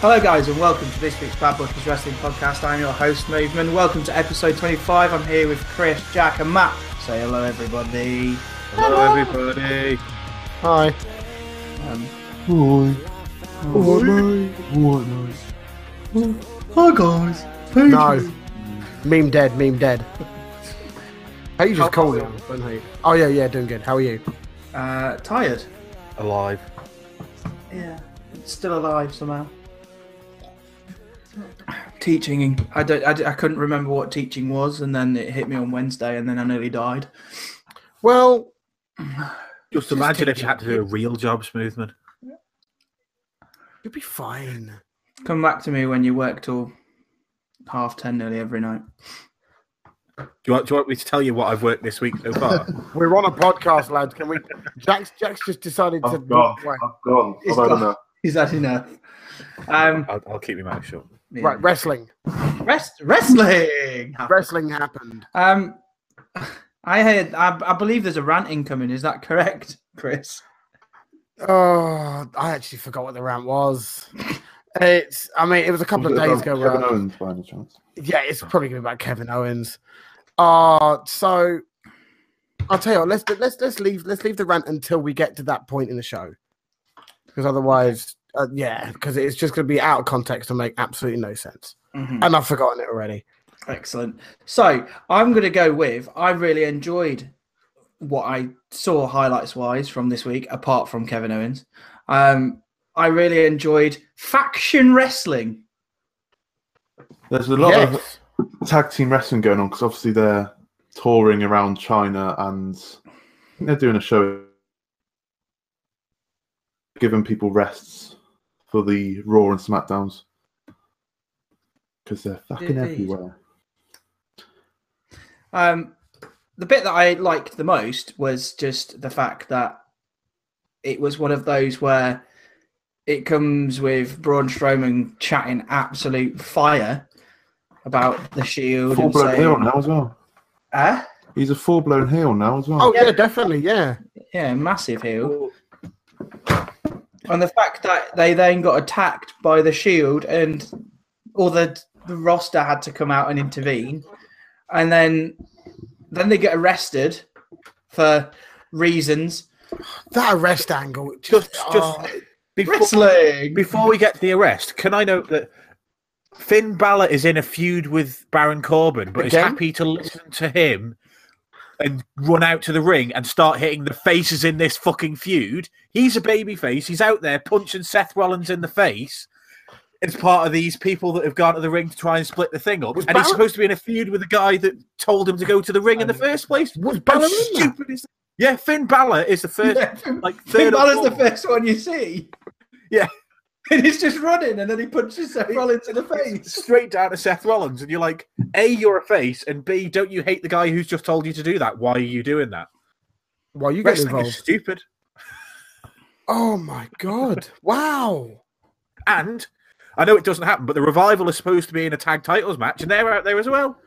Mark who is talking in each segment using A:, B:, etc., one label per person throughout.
A: Hello, guys, and welcome to this week's Bad Butchers Wrestling Podcast. I'm your host, Movement. Welcome to episode 25. I'm here with Chris, Jack, and Matt. Say hello, everybody.
B: Hello, everybody.
C: Hi.
A: Um,
C: Hi.
A: Hi, guys.
C: No. Meme dead, meme dead. How you just
A: How
C: called
A: are
C: it, don't you? Oh yeah, yeah, doing good. How are you?
A: Uh, tired.
B: Alive.
A: Yeah. Still alive somehow. Teaching. I, don't, I, d- I couldn't remember what teaching was, and then it hit me on Wednesday, and then I nearly died.
C: Well,
B: Just imagine if you had to do a real job, Smoothman.
C: you'll be fine.
A: Come back to me when you work till half 10 nearly every night.
B: Do you, want, do you want me to tell you what I've worked this week so far?
C: We're on a podcast, lads. Can we? Jack's Jack's just decided
A: Oh,
C: to.
D: I've gone.
C: Right,
D: I've gone.
A: It's
D: I've had
A: gone.
D: enough.
A: Is that enough? Um,
B: I'll, I'll keep my mouth shut.
A: yeah.
C: right, wrestling.
A: Rest, wrestling.
C: Wrestling happened.
A: Um, I heard. I, I believe there's a rant incoming. Is that correct, Chris?
C: Oh, I actually forgot what the rant was. It's. I mean, it was a couple of
D: Was it
C: days
D: about
C: ago.
D: Kevin
C: right?
D: Owens, by any chance.
C: Yeah, it's probably going to be about Kevin Owens. Uh so I'll tell you what, let's let's let's leave let's leave the rant until we get to that point in the show, because otherwise, uh, yeah, because it's just going to be out of context and make absolutely no sense. And I've forgotten it already.
A: Excellent. So I'm going to go with. I really enjoyed what I saw highlights wise from this week, apart from Kevin Owens. Um, I really enjoyed faction wrestling.
D: There's a lot
C: Yes.
D: of tag team wrestling going on because obviously they're touring around China and I think they're doing a show giving people rests for the Raw and SmackDowns because they're fucking
A: Indeed.
D: everywhere.
A: Um, the bit that I liked the most was just the fact that it was one of those where it comes with Braun Strowman chatting absolute fire about the Shield
D: Full
A: and
D: blown heel
A: saying,
D: now as well.
A: eh?
D: He's a full blown heel now as well.
C: Oh yeah, definitely, yeah.
A: yeah, massive heel. And the fact that they then got attacked by the Shield and all the, the roster had to come out and intervene. And then then they get arrested for reasons.
C: That arrest angle,
B: Just,
C: just,
B: just
C: oh,
B: before,
A: Wrestling.
B: before we get to the arrest, can I note that Finn Balor is in a feud with Baron Corbin, but is
C: Again?
B: happy to listen to him and run out to the ring and start hitting the faces in this fucking feud? He's a babyface. He's out there punching Seth Rollins in the face. It's part of these people that have gone to the ring to try and split the thing up,
C: Was
B: and he's
C: Balor-
B: supposed to be in a feud with the guy that told him to go to the ring in the first place.
C: was
B: How
C: Balor in that?
B: stupid is that? Yeah, Finn Balor is the first,
A: Yeah, Finn-
B: like
A: Finn
B: third. or
A: Balor's the
B: fourth.
A: first one you see.
B: Yeah.
A: And he's just running and then he punches Seth
B: He-
A: Rollins in the face.
B: straight down to Seth Rollins, and you're like, A, you're a face, and B, don't you hate the guy who's just told you to do that? Why are you doing that?
C: Well, you get
B: Wrestling is
C: involved.
B: stupid.
C: Oh my god! Wow.
B: And I know it doesn't happen, but the revival is supposed to be in a tag titles match, and they're out there as well.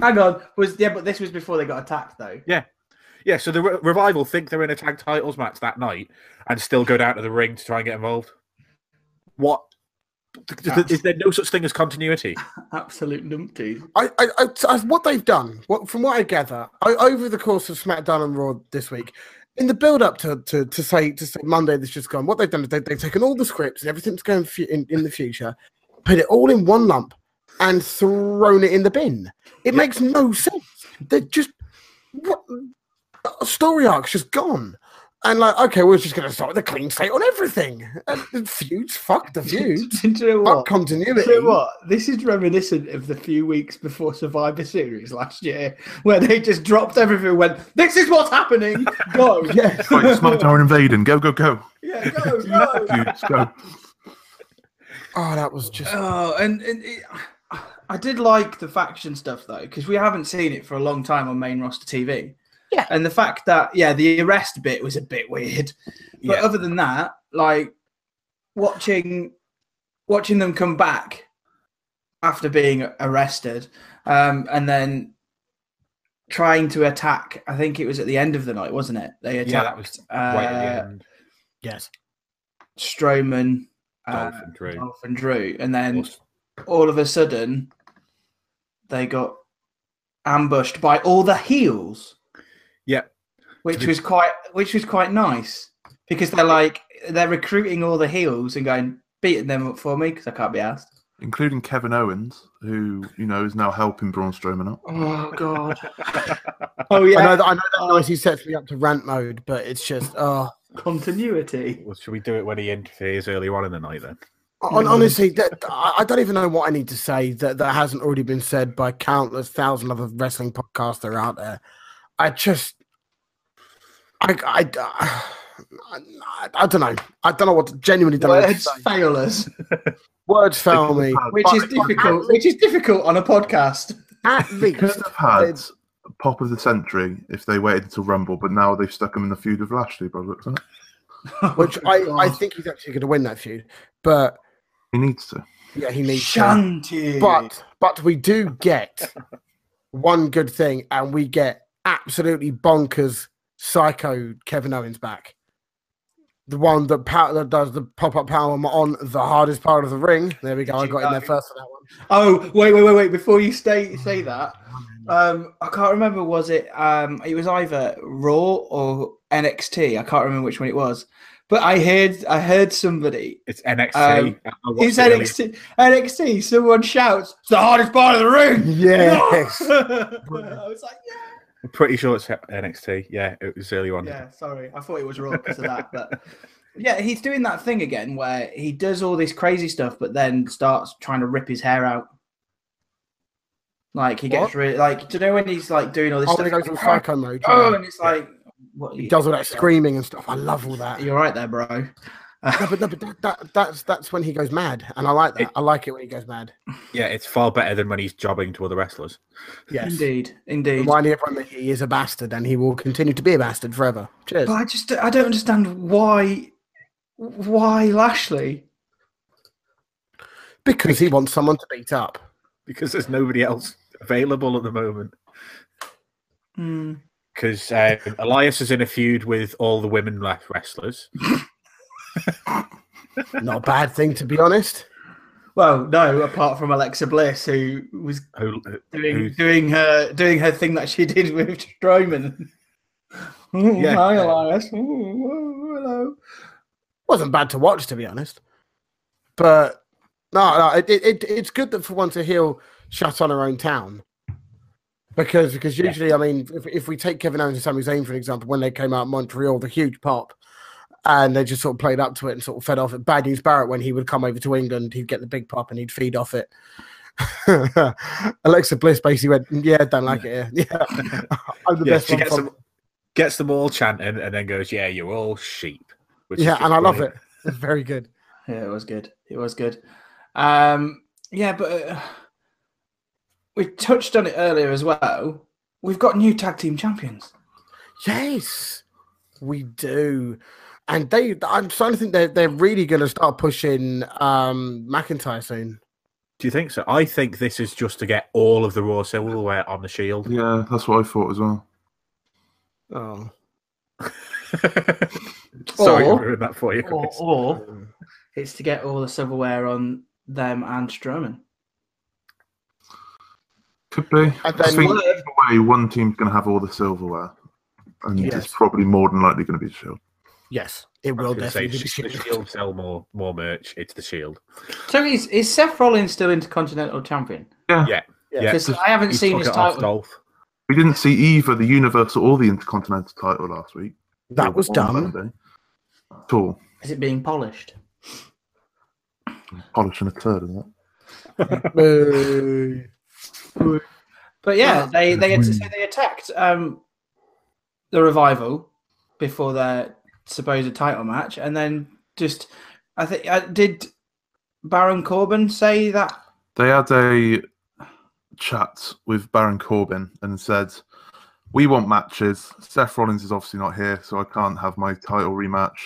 A: Hang on. Was yeah, but this was before they got attacked though.
B: Yeah, so the Re- revival think they're in a tag titles match that night, and still go down to the ring to try and get involved. What? Th- th- th- Is there no such thing as continuity?
A: Absolute numpties.
C: I, I, I, I- what they've done, what, from what I gather, I, over the course of SmackDown and Raw this week, in the build-up to, to, to say to say Monday that's just gone, what they've done is they, they've taken all the scripts and everything that's going fu- in, in the future, put it all in one lump, and thrown it in the bin. It makes no sense. They're just what the story arc's just gone. And like, okay, we're just gonna start with a clean slate on everything. And the feuds, fuck the feuds,
A: Do you know
C: fuck
A: what?
C: continuity.
A: Do you know what? This is reminiscent of the few weeks before Survivor Series last year, where they just dropped everything. and Went, this is what's happening. Go,
C: Yeah.
D: Right, SmackDown invading. Go, go, go.
A: yeah, go, go.
D: Dudes, go.
C: Oh, that was just
A: Oh, and, and it, I did like the faction stuff though, because we haven't seen it for a long time on main roster TV.
C: Yeah.
A: And the fact that yeah, the arrest bit was a bit weird, but
B: Yeah.
A: other than that, like watching watching them come back after being arrested, um, and then trying to attack. I think it was at the end of the night, wasn't it? They attacked.
B: Yeah, that was
A: uh,
B: right at the end.
C: yes.
A: Strowman, uh,
B: Dolph and Drew.
A: Dolph and Drew, and then
B: Awesome.
A: all of a sudden they got ambushed by all the heels.
B: Yep.
A: Which was quite which was quite nice because they're like they're recruiting all the heels and going beating them up for me because I can't be asked.
D: including Kevin Owens, who you know is now helping Braun Strowman out.
A: Oh god. oh yeah.
C: I know that I know that noise he sets me up to rant mode, but it's just oh,
A: Continuity.
B: Well, should we do it when he interferes earlier on in the night then?
C: hon- Oh, honestly, that I I don't even know what I need to say that that hasn't already been said by countless thousand other wrestling podcasts that are out there. I just, I, I, I, I don't know. I don't know what to- genuinely don't know. What to
A: Words
C: say.
A: fail us,
C: Words fail me.
A: which is difficult. Which is difficult on a podcast.
C: At
D: They could
C: least
D: have had pop of the century if they waited until Rumble, but now they've stuck him in the feud with Lashley. By the looks of it,
C: which I, I think he's actually going to win that feud. But
D: he needs to.
C: yeah, he needs. to.
A: Shanty.
C: But but we do get one good thing, and we get absolutely bonkers psycho Kevin Owens back. The one that, pow- that does the pop up power on the hardest part of the ring. There we go.
A: Did
C: I
A: you
C: got in there
A: know?
C: first for that one.
A: Oh, wait, wait, wait, wait! Before you say say that, um, I can't remember. Was it um, it was either Raw or NXT? I can't remember which one it was. But I heard I heard somebody.
B: It's NXT.
A: Um,
B: I watched
A: It's
B: it earlier.
A: NXT. NXT. Someone shouts, "It's the hardest part of the ring."
C: Yes.
A: I was like, yeah.
B: I'm pretty sure it's NXT. Yeah, it was earlier on.
A: Yeah, sorry, I thought it was Raw because of that. But yeah, he's doing that thing again where he does all this crazy stuff, but then starts trying to rip his hair out. Like he gets
C: What? Oh,
A: really like, do you know when he's like doing all this
C: I want
A: stuff?
C: to go to psycho mode.
A: Oh,
C: yeah.
A: and it's like, what?
C: He does all that screaming and stuff. I love all that.
A: You're right there, bro.
C: No, but, no, but that, that, that's that's when he goes mad, and I like that.
B: It-
C: I like it when he goes mad.
B: Yeah, it's far better than when he's jobbing to other wrestlers.
C: Yes.
A: Indeed, indeed.
C: Reminding everyone that he is a bastard and he will continue to be a bastard forever. Cheers.
A: But I just, I don't understand why, why Lashley?
C: Because he wants someone to beat up.
B: because there's nobody else available at the moment.
A: Hmm.
B: Because uh, Elias is in a feud with all the women le- wrestlers.
C: Not a bad thing, to be honest.
A: Well, no, apart from Alexa Bliss, who was
B: Who, uh,
A: doing
B: who-
A: doing her doing her thing that she did with Strowman. Ooh,
B: Yeah.
A: Hi, Elias. Ooh, ooh, hello.
C: Wasn't bad to watch, to be honest. But no, no it, it, it- it's good that for once a heel shut on her own town. Because because
B: Yeah.
C: usually, I mean, if, if we take Kevin Owens and Sami Zayn, for example, when they came out of Montreal, the huge pop, and they just sort of played up to it and sort of fed off it. Bad News Barrett, when he would come over to England, he'd get the big pop and he'd feed off it. Alexa Bliss basically went, "Mm, Yeah, don't like it. here." Yeah. I'm the
B: yeah,
C: best
B: she
C: one
B: gets
C: from-
B: them, gets them all chanting and then goes, "Yeah, you're all sheep." which is
C: Yeah,
B: just
C: and I love it.
B: brilliant.
C: It's very good.
A: Yeah, it was good. It was good. Um, yeah, but uh, we touched on it earlier as well. We've got new tag team champions.
C: Yes, we do. And they, I'm starting to think they're, they're really going to start pushing um, McIntyre soon.
B: Do you think so? I think this is just to get all of the Raw silverware on the Shield.
D: Yeah, that's what I thought as well.
C: Oh.
B: Sorry,
A: Or-
B: I ruined that for you.
A: Or,
B: Chris.
C: Oh.
A: or it's to get all the silverware on them and Strowman.
D: Could be. I
C: And then
D: think
A: what-
D: either way, one team's going to have all the silverware, and
C: Yes.
D: it's probably more than likely going to be the Shield.
C: Yes, it
B: I
C: will
B: was gonna say,
C: definitely be the
B: the
C: Shield.
B: Shield sell more more merch. It's the Shield.
A: So is is Seth Rollins still Intercontinental Champion?
B: Yeah,
A: Because I haven't
B: He
A: seen
B: took
A: his
B: it off
A: title.
B: Dolph.
D: We didn't see either the Universal or the Intercontinental title last week.
C: That was
D: On
C: dumb.
D: Sunday. At all.
A: Is it being polished?
D: Polishing a turd, isn't it?
C: Boo.
A: But
D: Ah,
A: yeah, they they so they attacked um, the revival before their supposed title match, and then just I think uh, did Baron Corbin say that?
D: they had a chat with Baron Corbin and said, "We want matches. Seth Rollins is obviously not here, so I can't have my title rematch.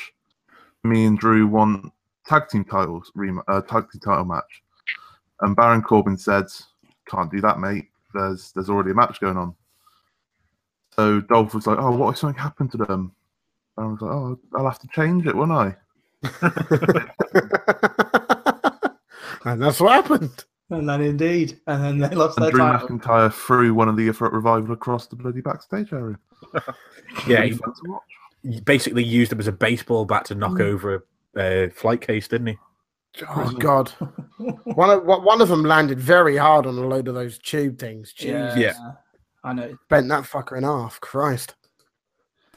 D: Me and Drew want tag team titles rem- uh, tag team title match." And Baron Corbin said, "Can't do that, mate. There's there's already a match going on." So Dolph was like, "Oh, what if something happened to them?" Baron was like, "Oh, I'll have to change it, won't I?"
C: and that's what happened.
A: And then indeed, and then they lost
D: And
A: their
D: Drew
A: title.
D: McIntyre threw one of the Effort Revival across the bloody backstage area.
B: Yeah,
D: Really
B: he
D: fun to watch.
B: he basically used him as a baseball bat to knock over a uh, flight case, didn't he?
C: Oh God! One of one of them landed very hard on a load of those tube things. Jeez,
B: Yeah.
A: I know.
C: bent that fucker in half. Christ.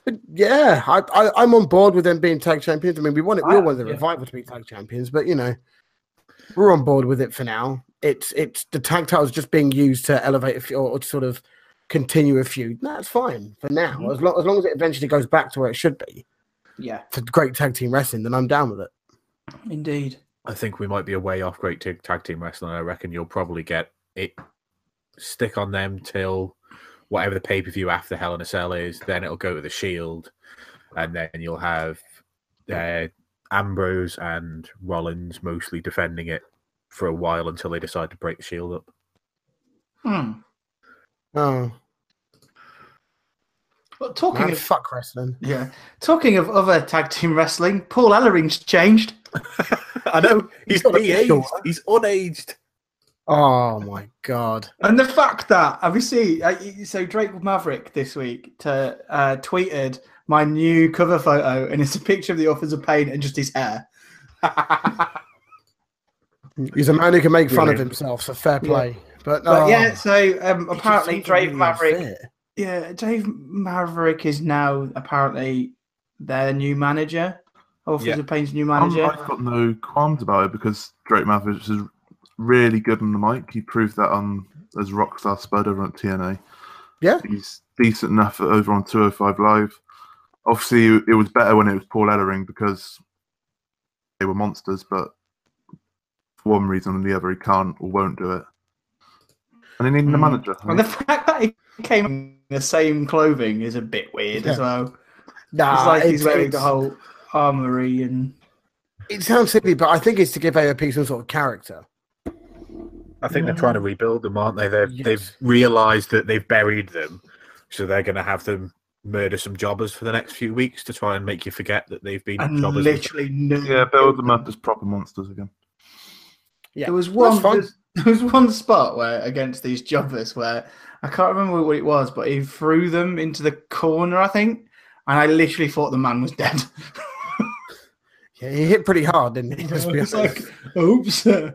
C: But yeah, I, I I'm on board with them being tag champions. I mean, we want it. We all want the
A: Ah, Yeah.
C: revival to be tag champions, but you know, we're on board with it for now. It's it's the tag titles just being used to elevate a few, or, to sort of continue a feud. That's fine for now.
A: Mm-hmm.
C: As long as long as it eventually goes back to where it should be
A: Yeah,
C: for great tag team wrestling, then I'm down with it.
A: indeed.
B: I think we might be a way off great t- tag team wrestling. I reckon you'll probably get it stick on them till whatever the pay per view after Hell in a Cell is. Then it'll go to the Shield, and then you'll have uh, Ambrose and Rollins mostly defending it for a while until they decide to break the Shield up.
A: Hmm.
C: Oh,
A: But talking
C: man,
A: of
C: fuck wrestling.
A: yeah, talking of other tag team wrestling, Paul Ellering's changed.
B: I know he's
C: He's not
B: de-aged.
C: official, huh?
B: He's unaged.
C: Oh my god.
A: And the fact that have you seen? Uh, y- so Drake Maverick this week to, uh, tweeted my new cover photo, and it's a picture of the Authors of Pain and just his hair.
C: He's a man who can make fun of
B: Brilliant.
C: himself, so fair
A: Yeah.
C: play. But,
A: But
C: oh,
A: yeah,
C: it's
A: so um,
C: just
A: apparently
C: something
A: Drake
C: really
A: Maverick
C: unfair.
A: Yeah, Dave Maverick is now apparently their new manager, Authors
B: Yeah.
A: of Pain's new
D: Um,
A: manager.
C: Oh
D: I've got no qualms about it because Drake Mavericks is really good on the mic. He proved that on as Rockstar Spud over on TNA.
C: Yeah.
D: He's decent enough over on 205 Live. Obviously, it was better when it was Paul Ellering because they were monsters, but for one reason or the other, he can't or won't do it. And they need a
A: Hmm.
D: manager.
A: And the fact that he came in the same clothing is a bit weird as well. It's
C: Nah,
A: like he's
C: Ah, it's-
A: wearing the
C: it's-
A: whole armory and
C: It sounds silly, but I think it's to give AOP some sort of character.
B: I think they're trying to rebuild them, aren't they? They've
C: Yes.
B: they've realised that they've buried them, so they're going to have them murder some jobbers for the next few weeks to try and make you forget that they've been
A: and
B: jobbers.
A: literally no.
D: yeah, build them up as proper monsters again.
C: Yeah,
A: There was one.
C: that's fine.
A: There's, there was one spot where against these jobbers where I can't remember what it was, but he threw them into the corner, I think, and I literally thought the man was dead.
C: Yeah, he hit pretty hard, didn't he? Let's be
A: it's
C: honest.
A: like, oops, uh,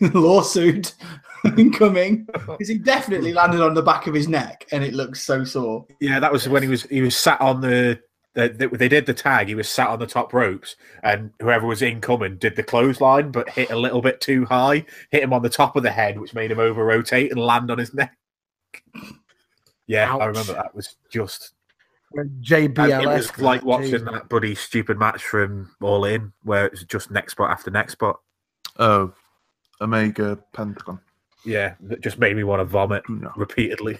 A: lawsuit incoming. Because he definitely landed on the back of his neck, and it looks so sore.
B: Yeah, that was when he was he was sat on the. the- the- They did the tag. He was sat on the top ropes, and whoever was incoming did the clothesline, but hit a little bit too high, hit him on the top of the head, which made him over rotate and land on his neck. Yeah, I
C: Ouch.
B: remember that was just And
C: JBLS.
B: it was like watching
C: Jesus.
B: that bloody stupid match from All In, where it was just next spot after next spot.
D: Oh, Omega Pentagon.
B: Yeah, that just made me want to vomit
D: No.
B: repeatedly.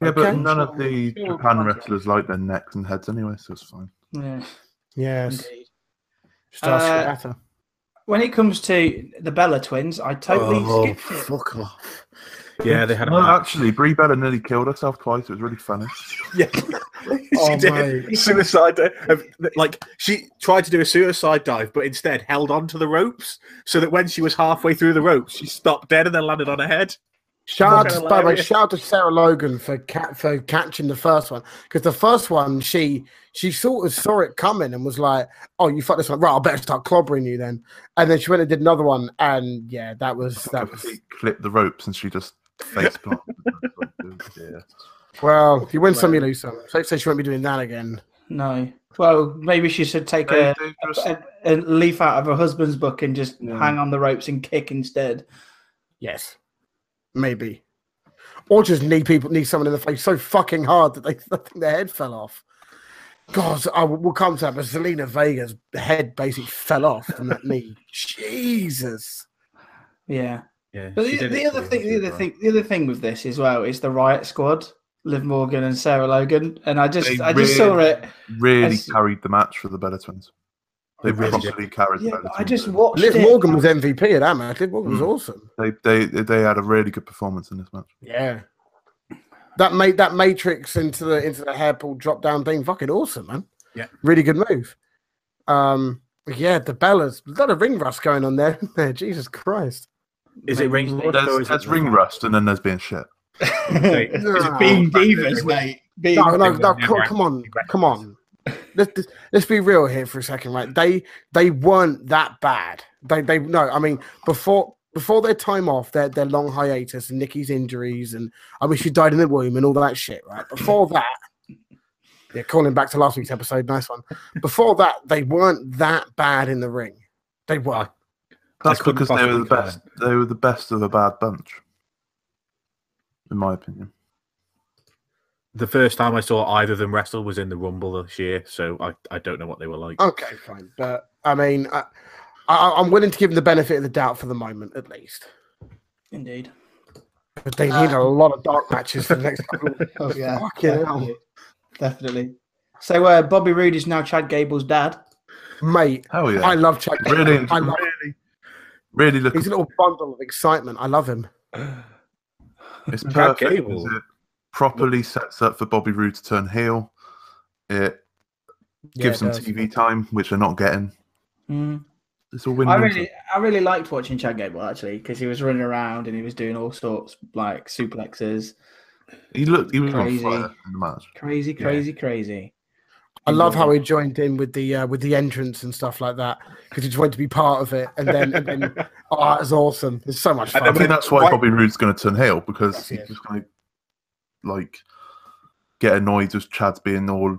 D: Yeah, but
C: Okay.
D: none of the
A: Sure.
D: Japan wrestlers like their necks and heads anyway, so it's fine.
A: Yeah,
C: Yes.
A: indeed.
C: Star
A: Uh,
C: Strata.
A: When it comes to the Bella twins, I totally skipped it.
B: fuck off! Yeah, they had a
D: No,
B: match.
D: actually, Brie Bella nearly killed herself twice. It was really funny.
B: Yeah. she
C: Oh,
B: did.
C: mate.
B: Suicide. dive. Like, she tried to do a suicide dive, but instead held onto the ropes so that when she was halfway through the ropes, she stopped dead and then landed on her head.
C: Shout out,
B: fucking
C: to, by the way,
B: hilarious.
C: shout out to Sarah Logan for ca- for catching the first one because the first one she she sort of saw it coming and was like, "Oh, you fucked this one, right? I better start clobbering you then." And then she went and did another one, and yeah, that was that was
D: She clipped the ropes and she just face planted. yeah.
C: Well, you win some, you lose some. So, so she won't be doing that again.
A: No. Well, maybe she should take a,
D: They- they
A: a,
D: just-
A: a- a leaf out of her husband's book and just
D: Yeah.
A: hang on the ropes and kick instead.
C: Yes, maybe, or just knee people, knee someone in the face so fucking hard that they I think their head fell off. God, I will we'll come to that, but Selena Vega's head basically fell off from that knee. Jesus.
A: Yeah.
B: Yeah.
A: But
B: she
A: the,
B: did
A: the
B: it
A: other
B: too,
A: thing, the
B: she
A: other
B: was
A: thing, the other thing with this as well is the Riot Squad, Liv Morgan and Sarah Logan, and I just,
D: They
A: I just saw
D: really-
A: it.
D: Really
A: As-
D: carried the match for the Bella Twins. They
B: They really did.
D: properly carried
A: Yeah,
D: the Bella
A: but
D: Twins.
A: I just watched
C: Liv
A: it. Hmm.
C: Morgan was MVP of that match. Liv Morgan was
D: Mm.
C: awesome.
D: They, they, they had a really good performance in this match.
C: Yeah. That made that matrix into the into the hair pull drop down thing fucking awesome, man.
B: Yeah.
C: Really good move. Um, yeah, the Bellas. A lot of ring rust going on there. isn't there? Jesus Christ.
B: Is it ring rust? or
D: There's,
B: is
D: there's
B: it
D: ring rust and then there's being shit.
B: Is
C: No.
B: it
A: Being divas, Ah, mate. Being
C: No, no,
B: think
C: no,
B: that-
C: come,
B: yeah,
C: come on,
B: right.
C: come on. Let's, let's- let's be real here for a second, right? They they weren't that bad. They they no, I mean before before their time off, their their long hiatus and Nikki's injuries and I wish she died in the womb and all that shit, right? Before that, yeah, calling back to last week's episode, nice one. Before that, they weren't that bad in the ring. They were.
D: That's
B: couldn't
D: because they were the
B: possibly
D: best. They were the best of a bad bunch, in my opinion.
B: The first time I saw either of them wrestle was in the Rumble this year, so I, I don't know what they were like.
A: Oh,
C: Okay, fine, but I mean, I, I, I'm willing to give them the benefit of the doubt for the moment, at least.
A: Indeed.
C: But they need
B: Um,
C: a lot of dark matches for the next couple of weeks.
A: Oh, yeah.
C: Fucking hell.
A: Definitely. Definitely. So uh, Bobby Roode is now Chad Gable's dad.
C: Mate,
D: Hell yeah!
C: I love Chuck. Taylor.
D: Really,
C: I love
D: really look.
C: He's a little bundle of excitement. I love him.
D: It's
B: Chad
D: perfect.
B: Gable.
D: because It properly sets up for Bobby Roode to turn heel. It gives
C: Yeah,
D: them
C: it does.
D: TV time, which they're not getting.
A: Mm.
D: It's a win.
A: I really, I really liked watching Chad Gable actually because he was running around and he was doing all sorts like suplexes,
D: He looked. He was on
A: Crazy.
D: fire in the match.
A: crazy,
B: Yeah.
A: crazy, crazy.
C: I love how he joined in with the uh, with the entrance and stuff like that because he just wanted to be part of it. And then, and then oh, that was awesome. It's so much
B: And
D: I
B: then
C: fun.
D: think that's why
B: why-
D: Bobby Roode's going to turn heel because
C: Yes,
D: he's just going to like get annoyed with Chad's being all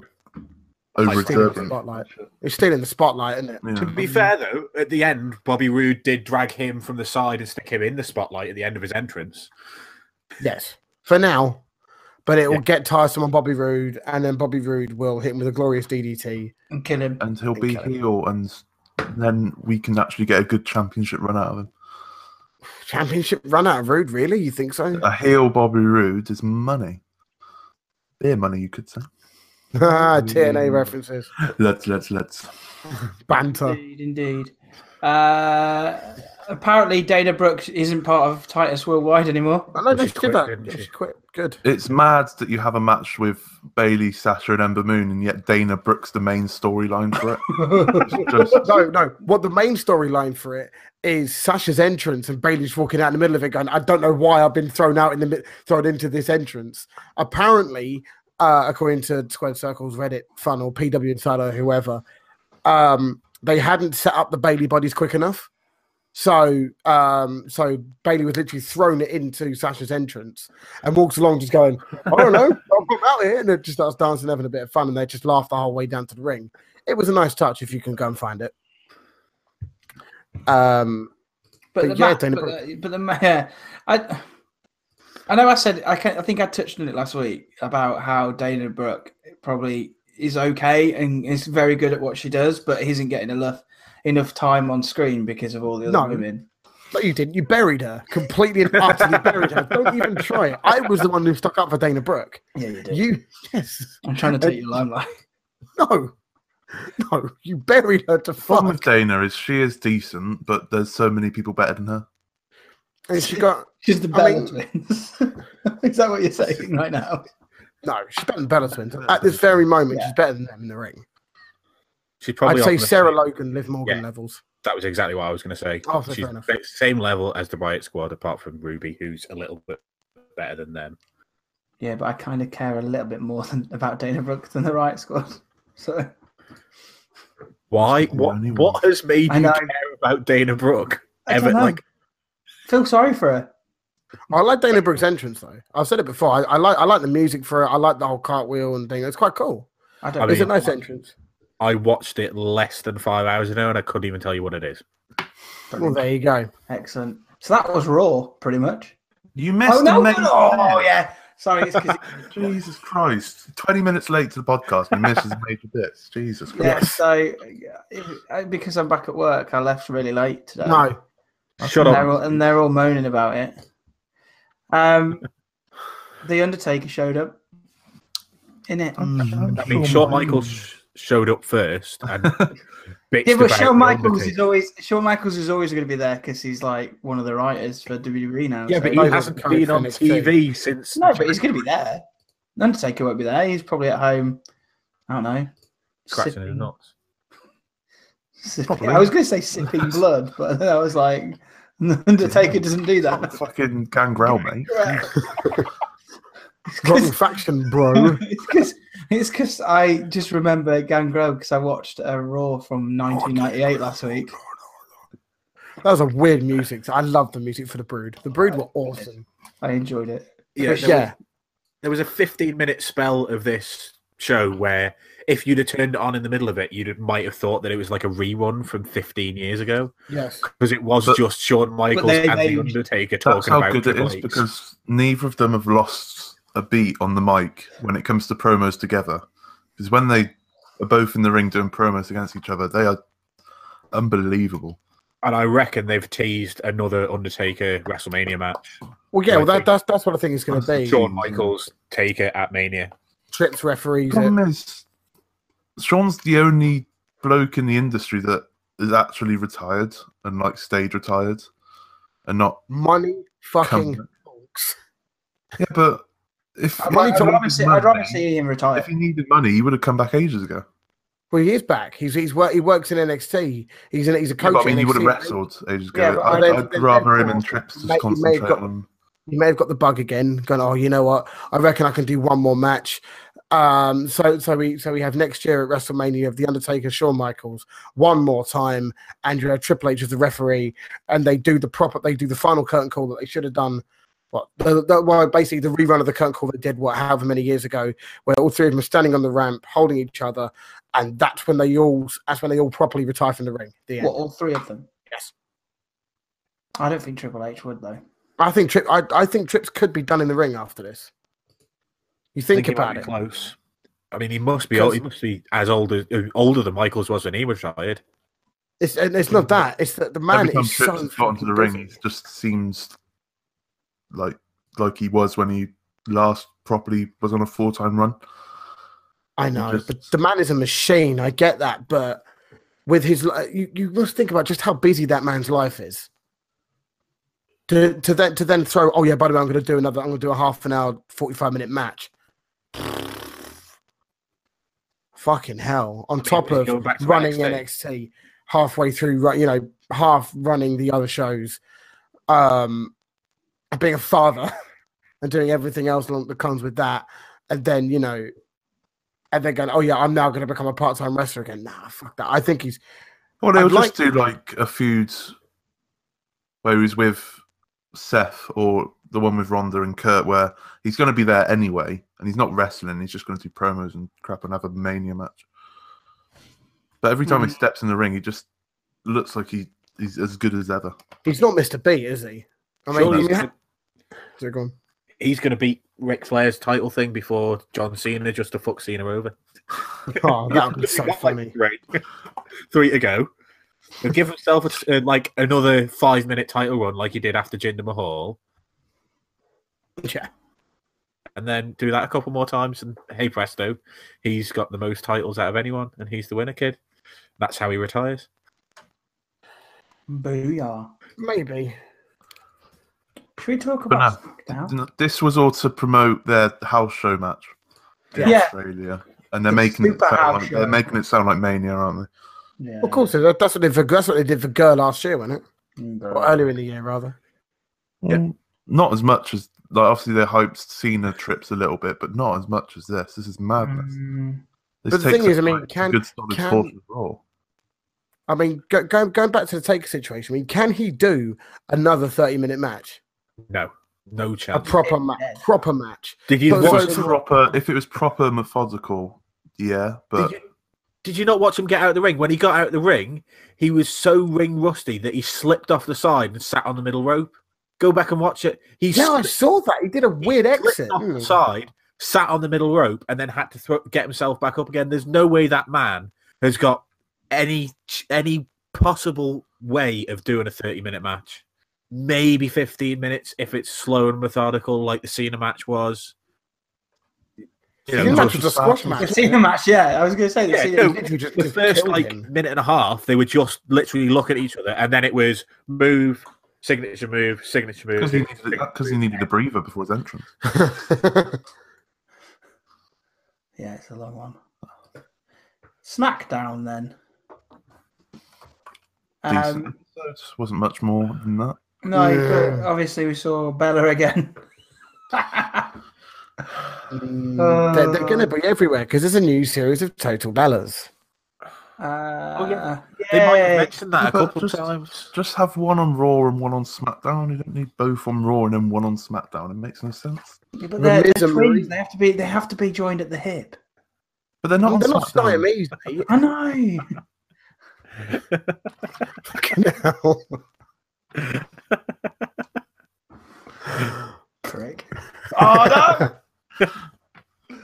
D: over
C: It's stealing the
D: observant.
C: spotlight. It's stealing the spotlight, isn't it?
B: To be fair, though, at the end, Bobby Roode did drag him from the side and stick him in the spotlight at the end of his entrance.
C: Yes, for now. But it will
B: Yeah.
C: get tiresome on Bobby Roode, and then Bobby Roode will hit him with a glorious DDT.
A: And kill him.
D: and he'll be
C: Okay.
D: heel, and then we can actually get a good championship run out of him.
C: Championship run out of Roode, really? You think so?
D: A heel Bobby Roode is money. Beer money, you could say.
C: Ah,
D: Mm.
C: TNA references,
D: Let's let's let's.
C: banter.
A: Indeed, indeed. Uh, apparently, Dana Brooks isn't part of Titus Worldwide anymore.
C: I know
B: Well,
C: they
B: she
C: did
B: quit,
C: that.
B: didn't
C: She
B: she?
C: quit. Good.
D: It's mad that you have a match with Bailey, Sasha, and Ember Moon, and yet Dana Brooks the main storyline for it. It's just-
C: no, no. What the main storyline for it is Sasha's entrance and Bailey's walking out in the middle of it, going, "I don't know why I've been thrown out in the mi- thrown into this entrance." Apparently, uh, according to Squared Circle's Reddit funnel, PW Insider, whoever, um, they hadn't set up the Bailey bodies quick enough. So, um, so Bailey was literally thrown into Sasha's entrance and walks along, just going, "I don't know, I've got out here," and it just starts dancing, having a bit of fun, and they just laugh the whole way down to the ring it was a nice touch if you can go and find it. Um,
A: But,
C: But
A: the
C: yeah,
A: match,
C: Dana
A: but,
C: Brooke.
A: the, but the ma- yeah, I, I know I said I, can, I think I touched on it last week about how Dana Brooke probably is okay and is very good at what she does, but isn't getting enough enough time on screen because of all the other
C: No.
A: women.
C: but you didn't. You buried her completely and utterly buried her. Don't even try it. I was the one who stuck up for Dana Brooke.
A: Yeah, you did.
C: You yes,
A: I'm trying to take your limelight.
C: no, no. You buried her to
D: problem with
C: fuck,
D: Dana is she is decent, but there's so many people better than her.
C: and she got
A: She's the
C: I
A: Bella
C: mean-
A: twins. is that what you're saying right now?
C: no. She's better than Bella Twins at this very moment.
A: Yeah.
C: She's better than them in the ring.
B: She's probably
C: I'd
B: on
C: say
B: the-
C: Sarah Logan, Liv Morgan
B: Yeah.
C: levels.
B: That was exactly what I was going to say.
C: Oh, fair
B: She's
C: enough.
B: the same level as the Riot Squad, apart from Ruby, who's a little bit better than them.
A: Yeah, but I kind of care a little bit more than about Dana Brooke than the Riot Squad. So
B: Why?
D: the
B: What?
D: only
B: What has made
A: I
B: you
A: know.
B: care about Dana Brooke?
A: I don't
B: Ever
A: know.
B: like
A: feel sorry for her.
C: I like Dana Brooke's entrance though. I've said it before. I, I like I like the music for it. I like the whole cartwheel and thing. It's quite cool.
A: I don't.
B: I
C: It's a
B: mean-
C: nice entrance.
B: I watched it less than five hours ago, and I couldn't even tell you what it is.
C: Well, there you go.
A: Excellent. So that was Raw, pretty much.
D: You missed
A: oh no!
D: the main
A: Oh
D: event.
A: yeah. Sorry, it's because
D: Jesus Christ! Twenty minutes late to the podcast, we missed his major bits. Jesus Christ!
A: yeah. So yeah, if- uh, because I'm back at work, I left really late today.
C: No,
B: Shut
A: and they're,
B: up.
A: all, and they're all moaning about it. Um, the Undertaker showed up. In it.
B: I mean, Shawn Michaels sh- showed up first. And bitched
A: Yeah, but
B: about
A: Shawn
B: the
A: Michaels
B: Undertaker.
A: is always Shawn Michaels is always going to be there because he's like one of the writers for WWE now.
B: Yeah,
A: so-
B: but he
C: Michaels
B: hasn't
C: can't
B: been on
C: finish too.
B: TV since.
A: no, but he's going to be there. Undertaker won't be there. He's probably at home. I don't know.
B: crashing in
A: sitting-
B: the nuts.
A: Sipping- I was going to say sipping blood, but then I was like, Undertaker doesn't do that.
D: Fucking gangrel, mate.
C: Wrong faction, bro.
A: it's because it's because I just remember Gangrel because I watched a Raw from
B: Oh,
A: 1998 last week.
C: That was a weird music. I love the music for the Brood. The Brood were awesome.
A: I enjoyed it.
B: Yeah,
A: Christian-
B: there was-
C: Yeah,
B: there was a 15 minute spell of this show where if you'd have turned it on in the middle of it, you might have thought that it was like a rerun from 15 years ago
C: yes.
B: because it was
D: But-
B: just Shawn Michaels
A: they-
B: and
A: they-
B: The Undertaker
D: That's
B: talking
D: how
B: about
D: good it
B: Triple
D: is
B: H.
D: because neither of them have lost a beat on the mic when it comes to promos together. Because when they are both in the ring doing promos against each other, they are unbelievable.
B: And I reckon they've teased another Undertaker WrestleMania match.
C: Well, yeah.
B: I
C: Well, that,
B: think-
C: that's that's what I think it's going to be.
D: Sure.
B: Shawn Michaels, Taker at Mania.
C: Trips referees. uh, It.
D: problem is, Sean's the only bloke in the industry that is actually retired and like stayed retired and not.
C: Money fucking
D: Come.
C: talks.
D: Yeah, but if,
A: I'd,
D: if
C: Money
A: I'd,
C: to-
A: rather see, I'd rather see him retire.
D: he needed money, he would have come back ages ago.
C: Well, he is back. He's he's wor- he works in NXT. He's in, he's a
D: Yeah,
C: coach.
D: but I mean,
C: in
D: he would have
C: NXT.
D: wrestled ages ago.
A: Yeah, but
D: I'd,
A: they-
D: I'd
C: they-
D: rather
C: they-
D: him and Trips
C: may-
D: just
C: he may have
D: concentrate
C: got-
D: on.
C: He may have got the bug again. Going, oh, you know what? I reckon I can do one more match. Um, so so we so we have next year at WrestleMania of the Undertaker, Shawn Michaels, one more time, and you have Triple H as the referee, and they do the proper, they do the final curtain call that they should have done. What? The, the, well, basically the rerun of the curtain call they did what however many years ago, where all three of them are standing on the ramp holding each other, and that's when they all that's when they all properly retire from the ring. The end.
A: What all three of them?
C: Yes.
A: I don't think Triple H would though.
C: I think Trip. I, I think Trips could be done in the ring after this. You think,
B: he might
C: about
B: be
C: it.
B: Close. I mean, he must be. old- He must be as old as uh, older than Michaels was when he retired.
C: It's and it's not that. It's that the man
D: Every time
C: is
D: Trips
C: so
D: has got into the ring,
C: busy.
D: it just seems like like he was when he last properly was on a four time run.
C: I know,
D: just-
C: but the man is a machine. I get that, but with his, li- you, you must think about just how busy that man's life is. To to then to then throw. Oh yeah, by the way, I'm going to do another. I'm going to do a half an hour, forty five minute match. Fucking hell! On top
B: Maybe
C: of
B: going back to
C: running
B: NXT.
C: NXT halfway through, ru- you know, half running the other shows, um, and being a father and doing everything else along- that comes with that, and then you know, and then going, oh yeah, I'm now going to become a part-time wrestler again. Nah, fuck that. I think he's
D: Well, they
C: I'd
D: would
C: like-
D: just do like a feud where he's with Seth or the one with Ronda and Kurt, where he's going to be there anyway, and he's not wrestling. He's just going to do promos and crap and have a mania match. But every time he
A: Hmm.
D: steps in the ring, he just looks like he, he's as good as ever.
C: he's not Mr. B, is he? I
B: Surely
C: mean, I
B: he's
C: mean,
B: gonna-
C: so go on.
B: he's going to beat Ric Flair's title thing before John Cena just to fuck Cena over.
C: Oh, that would be so
B: Like,
C: funny.
B: Right. Three to go. He'll give himself a s- uh, like another five minute title run like he did after Jinder Mahal
C: Yeah.
B: and then do that a couple more times and hey presto, he's got the most titles out of anyone and he's the winner kid. That's how he retires.
A: Booyah!
C: Maybe.
A: Should we talk
D: But
A: about SmackDown?
D: N- This was all to promote their house show match in
A: Yeah.
D: Australia, and they're
A: The
D: making it
A: super
D: sound
A: house
D: like,
A: show.
D: they're making it sound like Mania, aren't
A: Yeah.
C: Of course, that- that's what they for, that's what they did for Girl last year, wasn't it?
A: Mm,
C: Or earlier in the year, rather.
D: they? Yeah. Not as much as like obviously they hyped Cena trips a little bit, but not as much as this. This is madness.
A: Mm,
D: This
C: But the
D: takes
C: thing is,
D: up,
C: I mean,
D: like, a
C: can-
D: good solid
C: can-
D: fourth role.
C: I mean, go, go, going back to the Taker situation, I mean, can he do another 30 minute match?
B: No. No
C: A
B: chance.
C: proper match.
A: Yeah.
C: Proper match.
B: Did you
C: But
D: If it
C: so-
B: watch
D: was
C: so-
D: proper, if it was proper methodical, yeah, but
B: Did you, did you not watch him get out of the ring? When he got out of the ring, he was so ring rusty that he slipped off the side and sat on the middle rope. Go back and watch it. He
C: Yeah, I
B: slipped
C: saw that. He did a weird exit.
B: off
C: didn't
B: the
C: he?
B: side, sat on the middle rope, and then had to throw, get himself back up again. There's no way that man has got any ch- any possible way of doing a 30 minute match. Maybe 15 minutes if it's slow and methodical, like the Cena match was.
D: Yeah,
C: His
D: it
C: match
D: was
C: was a
D: just
C: squash
A: The
D: bad.
C: match.
A: Cena match, yeah. I was going to say the
B: Yeah,
A: Cena.
B: no,
C: Literally just-
B: the
C: just
B: first
C: killed
B: like
C: him.
B: minute and a half, they would just literally look at each other, and then it was move, signature move, signature move.
D: because he,
B: signature
D: needed-
B: move.
D: 'cause he needed a breather before his entrance.
A: Yeah, it's a long one. SmackDown then.
D: decent
A: Um,
D: episode. Wasn't much more than that.
A: no,
C: Yeah.
A: but obviously we saw Bella again. Uh,
C: Mm, they're they're going to be everywhere because there's a new series of Total Bellas.
A: oh
B: yeah. They might have mentioned that a
D: But
B: couple
D: just,
B: times.
D: Just have one on Raw and one on SmackDown. You don't need both on Raw and then one on SmackDown. It makes no sense.
A: but they're,
C: Miz
A: they're
C: and Marie-
A: twins. They have to be. They have to be joined at the hip.
D: But they're not on
C: They're not
D: SmackDown.
C: Siamese, mate.
A: I know.
C: Fucking hell.
A: Prick. Oh no.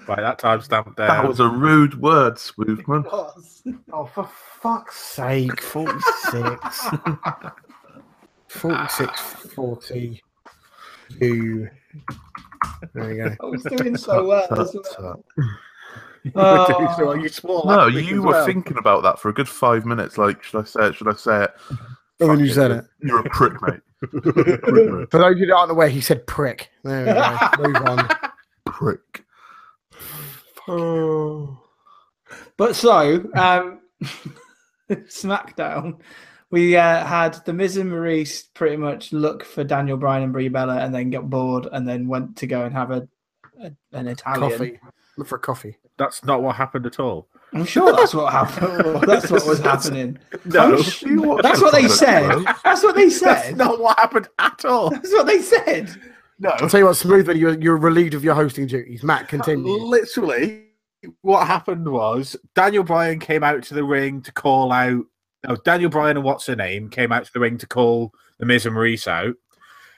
B: By that time stamp there.
D: that was a rude word, Swoopman.
C: Oh, for fuck's sake. 46. 46, 42. There we go.
A: I was doing so well. as
D: Tut,
A: well.
D: tut.
B: you
A: Oh.
B: were doing so well. You swore
D: No,
B: last week
D: you
B: as
D: were
B: well.
D: thinking about that for a good five minutes. Like, should I say it? Should I say it?
C: And then you
D: Fuck
C: said it.
D: You're a prick, mate. You're a prick, mate.
C: For those who aren't aware, he said prick. There we go. Move on.
D: prick.
C: Oh.
A: Ah. But so, um, SmackDown, we uh, had the Miz and Maurice pretty much look for Daniel Bryan and Brie Bella, and then got bored, and then went to go and have a, a an Italian.
C: Coffee. Look for coffee.
B: That's not what happened at all.
A: I'm sure that's what happened. That's what was happening.
B: No,
D: Don't you watch
A: That's
D: the
A: what they
D: product,
A: said.
D: bro?
A: That's what they
B: that's
A: said.
B: not what happened at all.
A: That's what they said.
B: No,
C: I'll tell you what, Smoothman, you're, you're relieved of your hosting duties. Matt, continue.
B: literally, what happened was Daniel Bryan came out to the ring to call out. No, Daniel Bryan and what's her name came out to the ring to call the Miz and Maurice out.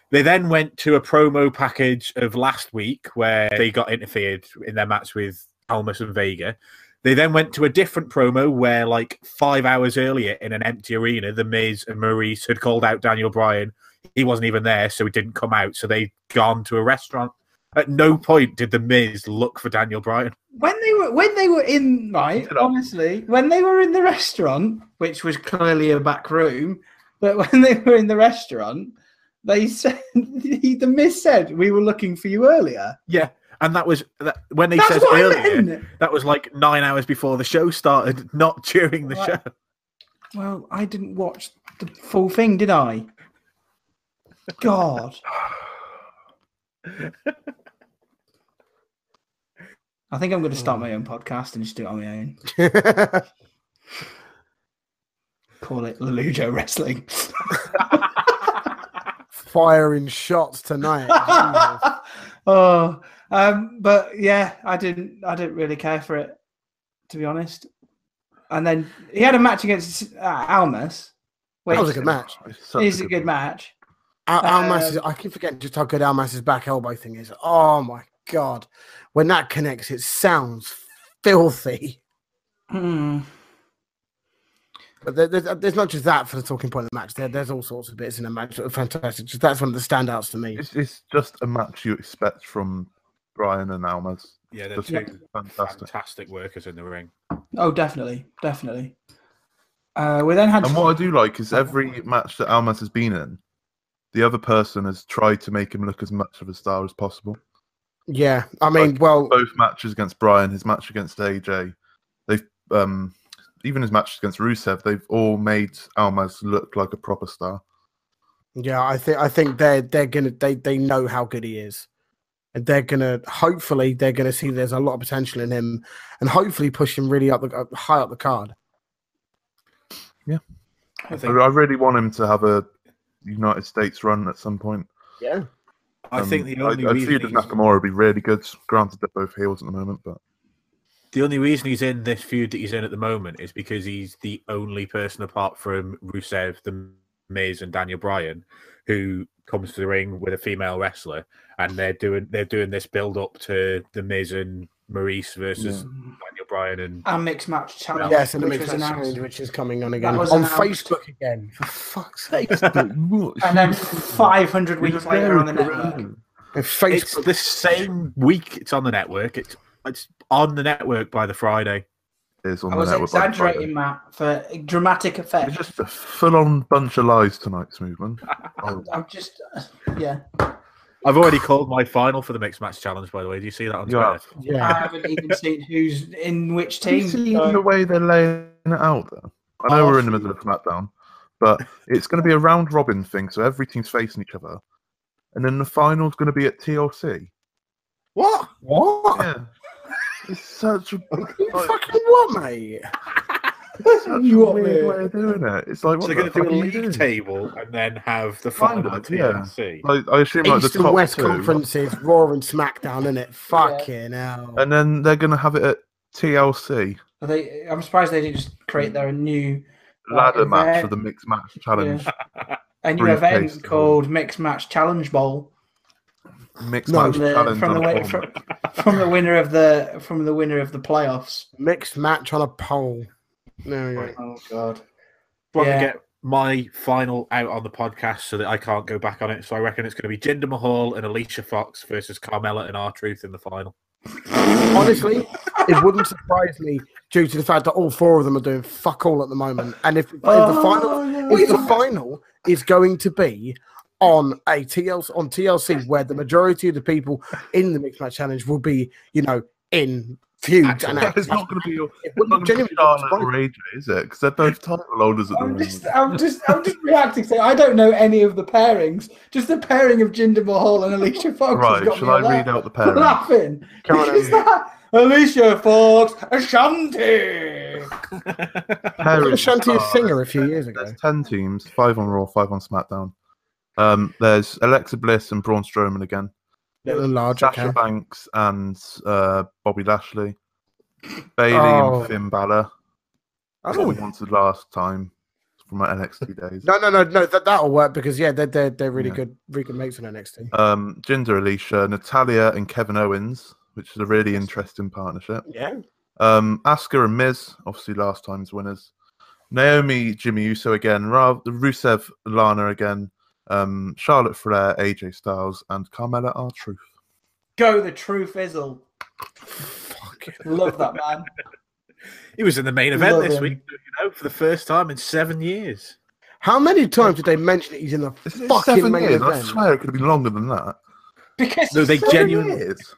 B: They then went to a promo package of last week where they got interfered in their match with Almas and Vega. They then went to a different promo where, like five hours earlier, in an empty arena, the Miz and Maurice had called out Daniel Bryan. He wasn't even there, so he didn't come out. So they'd gone to a restaurant. At no point did the Miz look for Daniel Bryan.
A: When they were when they were in right,
D: Shut up.
A: honestly, when they were in the restaurant, which was clearly a back room, but when they were in the restaurant, they said he, the miss said we were looking for you earlier.
B: Yeah, and that was that, when they
A: That's
B: said
A: what
B: earlier.
A: I meant.
B: That was like nine hours before the show started, not during the
A: Right.
B: show.
A: Well, I didn't watch the full thing, did I? God. I think I'm going to start my own podcast and just do it on my own. Call it Lelujo Wrestling.
C: Firing shots tonight. Jesus.
A: oh, um, but yeah, I didn't. I didn't really care for it, to be honest. And then he had a match against uh, Almas.
C: That was a
A: which
C: good match.
D: It's such
A: Is a good match.
C: Al- Almas, is,
A: Um,
C: I keep forgetting just how good Almas's back elbow thing is. Oh my god, when that connects, it sounds filthy.
A: Hmm.
C: But there, there's, there's not just that for the talking point of the match. There, there's all sorts of bits in the match that are fantastic. Just, that's one of the standouts to me.
D: It's, it's just a match you expect from Brian and Almas.
B: Yeah, they're
D: Just
B: two
D: fantastic.
B: fantastic workers in the ring.
A: Oh, definitely, definitely. Uh, we then had
D: And what I do like is every match that Almas has been in, the other person has tried to make him look as much of a star as possible.
C: Yeah, I mean,
D: Like,
C: well,
D: Both matches against Brian, his match against AJ, they've um, even his matches against Rusev, they've all made Almas look like a proper star.
C: yeah, I think I think they're they're gonna they they know how good he is, and they're gonna hopefully they're gonna see there's a lot of potential in him, and hopefully push him really up the up, high up the card.
B: I
D: I,
B: think
D: I really want him to have a United States run at some point.
C: Yeah,
B: I think
D: Um,
B: the only
D: I, I
B: reason
D: feared
B: he's-
D: Nakamura would be really good. Granted, they're both heels at the moment, but
B: the only reason he's in this feud that he's in at the moment is because he's the only person apart from Rusev, the Miz, and Daniel Bryan who comes to the ring with a female wrestler, and they're doing they're doing this build up to the Miz and Maurice versus Daniel Bryan and
A: a mixed match challenge,
C: yes, and the
A: which was
C: mixed match challenge,
A: announced,
C: which is coming on again
A: was
C: on
A: announced.
C: Facebook again. For fuck's sake!
A: and then 500 weeks later on the network.
C: And
B: it's
C: Facebook,
B: the same week it's on the network. It's it's on the network by the Friday.
D: is on
A: I
D: the
A: was
D: network. on
A: exaggerating,
D: Friday.
A: Matt, for dramatic
D: It's
A: effect.
D: just a full-on bunch of lies tonight, Smoothman. Oh,
A: I'm just, yeah.
B: I've already called my final for the mixed match challenge. By the way, do you see that on
D: You
B: Twitter?
D: have.
A: I
C: yeah,
A: haven't even seen who's in which
D: Have you
A: team.
D: seen
A: so-
D: the way they're laying it out, though? I know
A: Oh,
D: we're in the middle of SmackDown, But it's going to be a round robin thing, so every team's facing each other, and then the final's going to be at TLC.
C: What?
B: What?
D: Yeah, it's such a,
C: You fucking what, mate?
D: such a
A: What,
D: weird
A: mate?
D: way of doing it. It's like
B: So
D: what
B: they're
D: the
B: going to do
D: fuck
B: a
D: are you
B: league
D: doing?
B: table and then have the
D: Kind
B: final
D: of,
B: at
D: yeah.
B: TLC.
D: Like, I assume like the
C: East and
D: top
C: West
D: two,
C: conferences, Raw and SmackDown, innit? Fucking hell.
D: and then they're going to have it at TLC
A: Are they, I'm surprised they didn't just create their new Like
D: ladder match
A: that.
D: for the mixed match challenge.
A: a new
D: Briefcase
A: event
D: and all.
A: called Mixed Match Challenge Bowl
D: Mixed
C: No,
D: match
A: from the,
D: challenge
A: from, the
D: on a
A: win,
D: pole.
A: from, from the winner of the from the winner of the playoffs.
C: Mixed match on a pole. There we go.
A: Oh god.
B: want
A: Yeah.
B: to get my final out on the podcast so that I can't go back on it. So I reckon it's going to be Jinder Mahal and Alicia Fox versus Carmella and R Truth in the final.
C: Honestly, it wouldn't surprise me due to the fact that all four of them are doing fuck all at the moment. And if, if
A: Oh,
C: the final, if the final is going to be on a TLC on TLC, where the majority of the people in the mixed match challenge will be, you know, in feuds and
D: It's not going to be your
C: it
D: It's not
C: wouldn't
D: gonna
C: genuinely
D: be Charlotte or
C: surprise me.
D: AJ, is it? Because they're both title holders at the
A: I'm
D: moment.
A: just, I'm just, I'm just reacting. So I don't know any of the pairings. Just the pairing of Jinder Mahal and Alicia Fox. has
D: Right,
A: got
D: shall
A: me
D: I
A: laugh-
D: read out the pairings?
A: Laughing.
C: Come on,
A: Is
C: Andy.
A: that Alicia Fox, Ashanti.
D: Pairings
C: Shanti
D: are-
C: a singer a few years ago.
D: There's 10 teams, five on Raw, five on SmackDown. Um, there's Alexa Bliss and Braun Strowman again.
C: Little and large,
D: Sasha
C: okay.
D: Banks and uh, Bobby Lashley. Bailey
C: Oh.
D: and Finn Balor. That's
C: Oh,
D: what we wanted last time from my NXT days.
C: No, no, no, no. That that'll work because yeah, they're they're, they're really
D: Yeah.
C: good, really good mates on NXT.
D: Um, Jinder Alicia, Natalia and Kevin Owens, which is a really interesting partnership.
C: Yeah,
D: Um, Asuka and Miz, obviously last time's winners. Naomi, Jimmy Uso again. Ra- Rusev, Lana again. Um, Charlotte Flair, AJ Styles, and Carmella R Truth.
A: Go the true fizzle. Love that man.
B: He was in the main event
A: Love
B: this
A: him.
B: week, you know, for the first time in seven years.
C: How many times did they mention that he's in the
D: Is it
C: fucking
D: seven
C: main
D: years? I
C: event?
D: swear it could have been longer than that.
A: Because
B: No, they
A: it's so
B: genuinely
D: Years.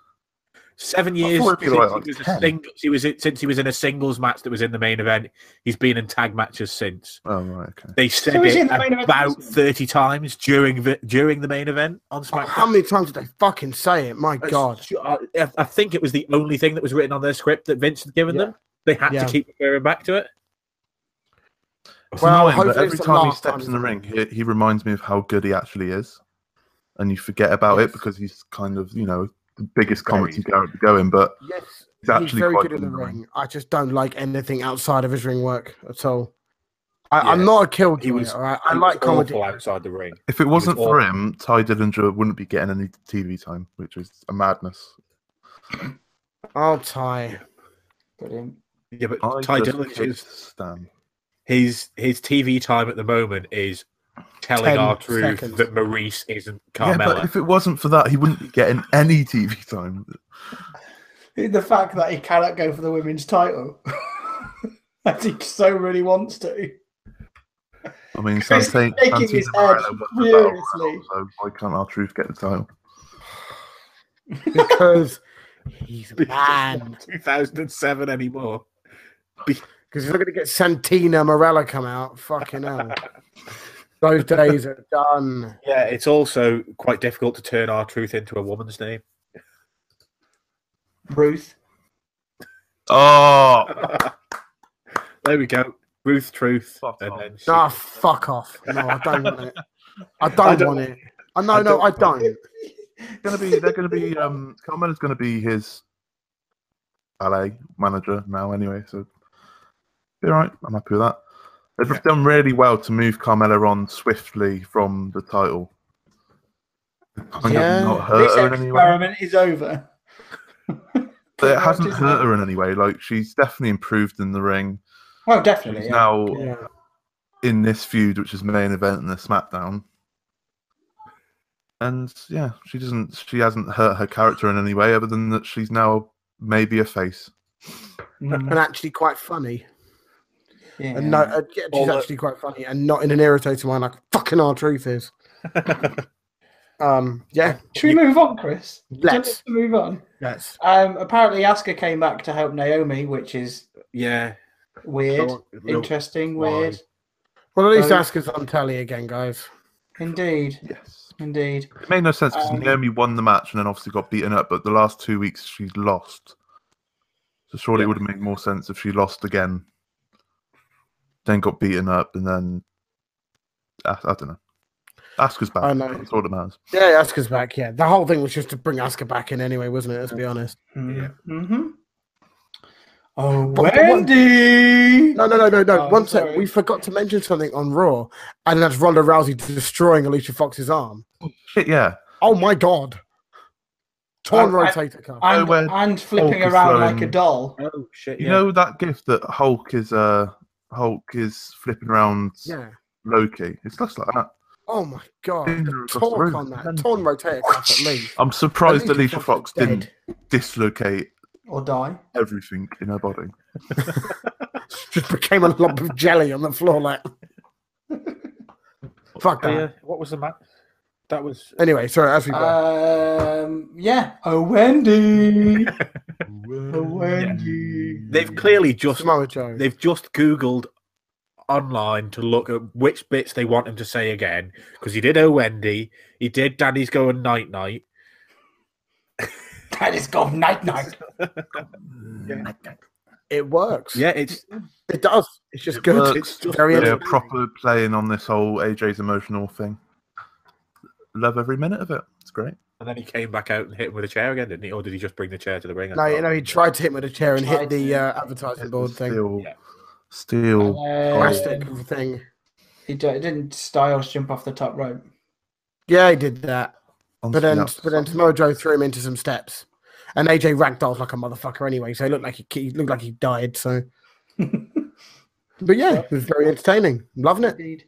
B: seven
D: I
B: years
D: thought it'd be
B: since,
D: like, like
B: he was a
D: 10.
B: sing- he was in- since he was in a singles match that was in the main event. He's been in tag matches since.
D: Oh right, okay.
B: They said
A: was he
B: it
A: in the main event
B: about
A: this week?
B: thirty times during the, during the main event on SmackDown.
C: Oh, How many times did they fucking say it? My God.
B: It's- uh, I, I think it was the only thing that was written on their script that Vince had given
C: Yeah.
B: them. They had
C: Yeah.
B: to keep referring back to it.
D: It's
C: Well,
D: annoying, but
C: hopefully
D: every
C: it's the
D: time he
C: last time.
D: steps in the ring, he, he reminds me of how good he actually is, and you forget about it because he's kind of you know the biggest comedy going, but
C: Yes,
D: he's actually
C: he's very
D: quite
C: good in the
D: annoying.
C: ring. I just don't like anything outside of his ring work at all. I, I'm
B: Yeah.
C: not a kill
B: He
C: joy,
B: was-
C: all right? I
B: He
C: like
B: was awful
C: comedy.
B: outside the ring.
D: If it wasn't
B: was
D: for
B: awful.
D: him, Ty Dillinger wouldn't be getting any TV time, which is a madness.
C: I'll tie.
A: Brilliant.
B: Yeah, but
D: I
B: Ty
D: just
B: Dillinger's
D: could stand.
B: his his TV time at the moment is telling
C: Ten
B: our truth
C: seconds.
B: that Maurice isn't
D: Yeah,
B: Carmella.
D: but if it wasn't for that, he wouldn't be getting any TV time.
A: The fact that he cannot go for the women's title. That he so really wants to.
D: I mean,
A: Chris is
D: Santana,
A: shaking his head furiously.
D: so why can't our truth get the title?
C: Because he's a
B: Because
C: man.
B: 2007 anymore.
C: Because he's not going to get Santina Morella come out. Fucking hell. Those days are done.
B: Yeah, it's also quite difficult to turn our truth into a woman's name.
A: Ruth.
D: Oh,
B: there we go. Ruth Truth.
D: Fuck
B: and
D: off.
B: then she-
C: Ah, fuck off. No, I don't want it. I don't,
B: don't-
C: want it. I no, no, I don't.
D: gonna be they're gonna be um Carmella's gonna be his LA manager now anyway, so be alright, I'm happy with that. They've done really well to move Carmella on swiftly from the title. Kind
C: Yeah.
D: of not
A: This
D: hurt her in any way.
A: experiment is over.
D: But it hasn't
A: Isn't
D: hurt her in any way. Like she's definitely improved in the ring.
A: Oh,
D: She's
A: definitely. yeah.
D: now
C: Yeah.
D: in this feud, which is main event in the SmackDown. And yeah, she doesn't. She hasn't hurt her character in any way, other than that she's now maybe a face.
A: Mm,
C: And actually quite funny.
A: yeah.
C: Mm-hmm. And no, uh, yeah, she's
B: Although-
C: actually quite funny and not in an irritating way like fucking our truth is. Um, yeah,
A: Should we move on, Chris?
C: Let's.
A: Should we move on.
C: yes.
A: Um, apparently, Asuka came back to help Naomi, which is
B: yeah.
A: weird,
B: Go on, Lil-
A: interesting,
B: why?
A: weird.
C: Well, at least
A: Oh.
C: Asuka's on tally again, guys.
A: Indeed,
D: Yes.
A: indeed.
D: It made no sense because
A: Um,
D: Naomi won the match and then obviously got beaten up, but the last two weeks she lost. So surely it would have made more sense if she lost again, then got beaten up, and then I, I don't know. Asuka's back.
C: I know.
D: That's all that matters.
C: Yeah, Asuka's back. Yeah, the whole thing was just to bring Asuka back in anyway, wasn't it? Let's be honest.
A: Mm-hmm. Oh,
C: But- but what-
A: Wendy!
C: No, no, no, no, no.
A: Oh,
C: One
A: sorry.
C: sec. We forgot to mention something on Raw, and that's Ronda Rousey destroying Alicia Fox's arm.
D: Shit, yeah.
C: Oh my god! Torn
A: Um, I- I-
C: rotator cuff.
A: And,
D: Nowhere
A: and flipping
D: Oh, Hulk is
A: around
D: throwing-
A: like a doll.
B: Oh shit!
D: You know that gift that Hulk is uh Hulk is flipping around
C: Yeah.
D: Loki. It's just like that.
C: Oh my god!
D: Finger
C: The
D: across the
C: torque
D: room.
C: on that torn rotator cuff at least.
D: I'm surprised Alicia Fox
C: is dead.
D: didn't dislocate
A: Or die.
D: everything in her body.
C: Just became a lump of jelly on the floor. Like, fuck that.
B: uh, what was the match? That was
C: Anyway, sorry. As we
A: Uh,
C: go.
A: Um, yeah. Oh, Wendy! oh, Wendy!
B: they've clearly just
C: Samoa Joe.
B: they've just googled online to look at which bits they want him to say again because he did oh wendy he did daddy's going night night
A: That is gone night night.
C: It works.
B: yeah it's
C: it does. It's just good.
D: works.
C: It's just very
D: They're
C: entertaining.
D: proper playing on this whole AJ's emotional thing. Love every minute of it. It's great.
B: and then he came back out and hit him with a chair again didn't he or did he just bring the chair to the ring I
C: No, you
B: can't-
C: know, he tried to hit him with a chair and
A: Tried
C: hit the
A: to.
C: uh, advertising board thing,
D: Steel,
B: Yeah.
D: steel.
C: plastic
A: Um,
C: thing.
A: He d- didn't Styles jump off the top rope.
C: Yeah, he did that.
D: on
C: But then,
D: snaps.
C: but then Samoa Joe threw him into some steps, and AJ ragdolls like a motherfucker anyway. So he looked like he, he looked like he died. So, but yeah, it was very entertaining. I'm loving it.
A: Indeed.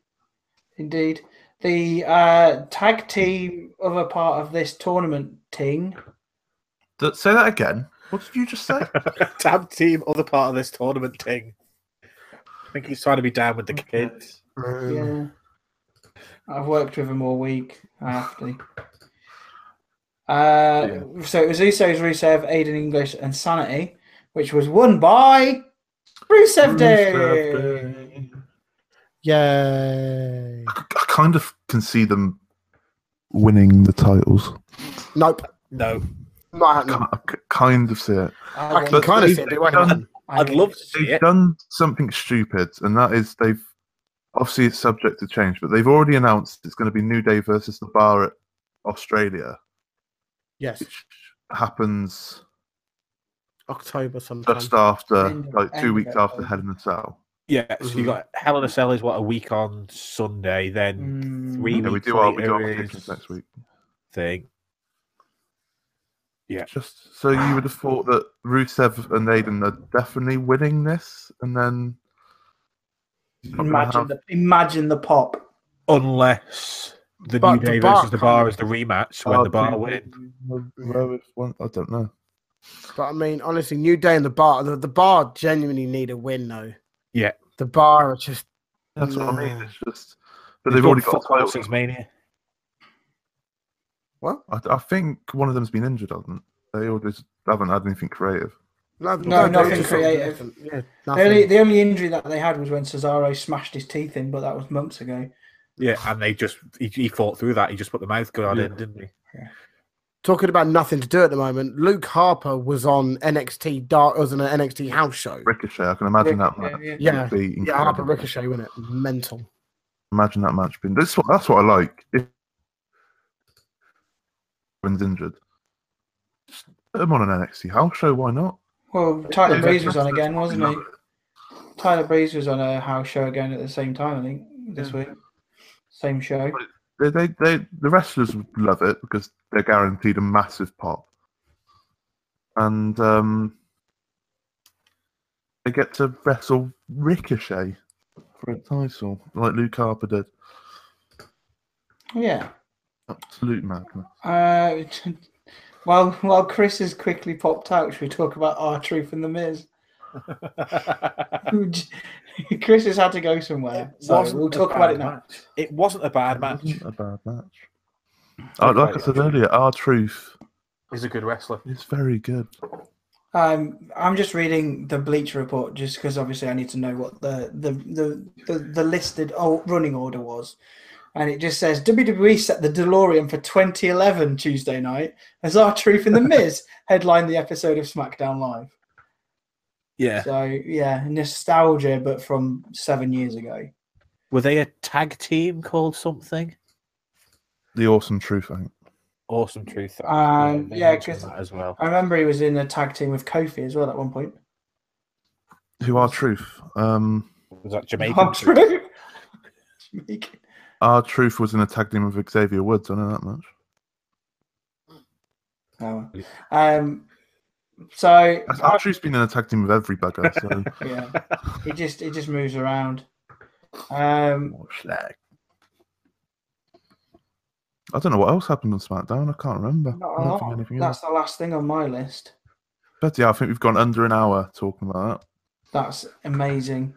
A: Indeed. The uh, tag team other part of this tournament ting.
D: Th- say that again. What did you just say?
B: Damn team, other part of this tournament thing. I think he's trying to be down with the kids.
C: Um,
A: Yeah. I've worked with him all week. I have to. Uh, So it was Usos, Rusev, Aiden English, and Sanity, which was won by Rusev Day.
C: Yay!
D: I, I kind of can see them winning the titles.
C: Nope.
B: No,
C: Not
D: I,
C: happening.
D: can't- I c- kind of see it.
C: I
A: I
C: can
A: think-
D: But
C: kind of
D: they've
C: see it. but it won't
D: done-
C: happen.
A: I
B: I'd
A: think
B: love to
D: They've
B: see it.
D: done something stupid, and that is they've obviously it's subject to change, but they've already announced it's going to be New Day versus the Bar at Australia,
C: Yes,
D: which happens
C: October sometime.
D: just after,
A: End of-
D: like
A: end
D: two
A: of
D: weeks
A: it,
D: after
A: though.
D: Hell in a Cell.
B: Yeah, so you
C: Mhm.
B: got Hell in a Cell is what a week on Sunday, then
A: Mm,
B: three
D: Yeah, we
B: weeks
D: do our we do our
B: later
D: predictions
B: is
D: next week.
B: thing.
D: Just so you would have thought that Rusev and Aiden are definitely winning this, and then you're not gonna
A: Imagine
D: have-
A: the, imagine the pop.
B: Unless the
C: But
B: New
C: the
B: Day
C: Bar
B: versus the Bar
C: can't-
B: is the rematch when
D: Oh,
B: the Bar
D: do-
B: win.
D: Well, if one- I don't know.
C: But I mean, honestly, New Day and the Bar, the, the Bar genuinely need a win though.
B: Yeah.
C: the Bar are just
D: That's what I mean.
C: Nah.
D: It's just, but they've already got
B: fuck
D: a
B: all
D: title.
B: since Mania.
C: what?
D: I, I think one of them's been injured, hasn't they? They all just haven't had anything creative.
C: No,
A: No,
C: they
A: nothing
C: just-
A: creative.
C: Yeah,
A: The only,
C: nothing.
A: the only injury that they had was when Cesaro smashed his teeth in, but that was months ago.
B: Yeah, and they just he, he fought through that. He just put the mouth guard
D: Yeah.
B: in, didn't he?
C: Talking about nothing to do at the moment. Luke Harper was on NXT Dark, was on an NXT house show.
D: Ricochet, I can imagine that match.
A: Yeah, yeah.
C: Yeah,
D: would be
C: yeah, Harper
D: incredible.
C: Ricochet, wasn't it? Mental.
D: Imagine that match being. This what that's what I like. If everyone's injured, just put them on an NXT house show. Why not?
A: Well, Tyler
D: Yeah,
A: Breeze was
D: that's-
A: on
D: that's
A: again, wasn't
D: enough.
A: he? Tyler Breeze was on a house show again at the same time, I think, this
D: Yeah.
A: week. Same show.
D: They, they, they, the wrestlers would love it because they're guaranteed a massive pop, and um, they get to wrestle Ricochet for a title, like Luke Harper did.
A: Yeah.
D: Absolute madness.
A: Uh, while while Chris has quickly popped out, should we talk about our truth and the Miz? Chris has had to go somewhere, so
B: Wasn't
A: we'll
B: a
A: talk about
B: bad
A: it now.
B: match. It wasn't a bad match.
D: It wasn't A bad match. Uh, like I said earlier, our truth
B: He's a good wrestler.
D: is very good.
A: Um, I'm just reading the Bleacher Report just because obviously I need to know what the the the, the, the listed o- running order was, and it just says WWE set the DeLorean for 2011 Tuesday night as our truth and the Miz headlined the episode of SmackDown Live.
B: Yeah.
A: So yeah, nostalgia, but from seven years ago.
B: Were they a tag team called something?
D: The awesome truth, I think.
B: Awesome Truth.
A: Um,
B: they
A: yeah,
B: mentioned
A: 'cause-
B: that as well.
A: I remember he was in a tag team with Kofi as well at one point.
D: Who are truth? Um,
B: Was that Jamaican?
A: Oh,
B: Truth?
A: true. Jamaican.
D: our truth was in a tag team with Xavier Woods. I know that much.
A: Oh, well. Um, so
D: Our truth's been in a tag team with every bugger. So
A: yeah, it just it just moves around. Um,
D: What slag. I don't know what else happened on SmackDown. I can't remember.
A: not
D: I
A: a
D: don't think
A: lot.
D: anything
A: That's the last thing on my list.
D: else. But yeah, I think we've gone under an hour talking about that.
A: That's amazing.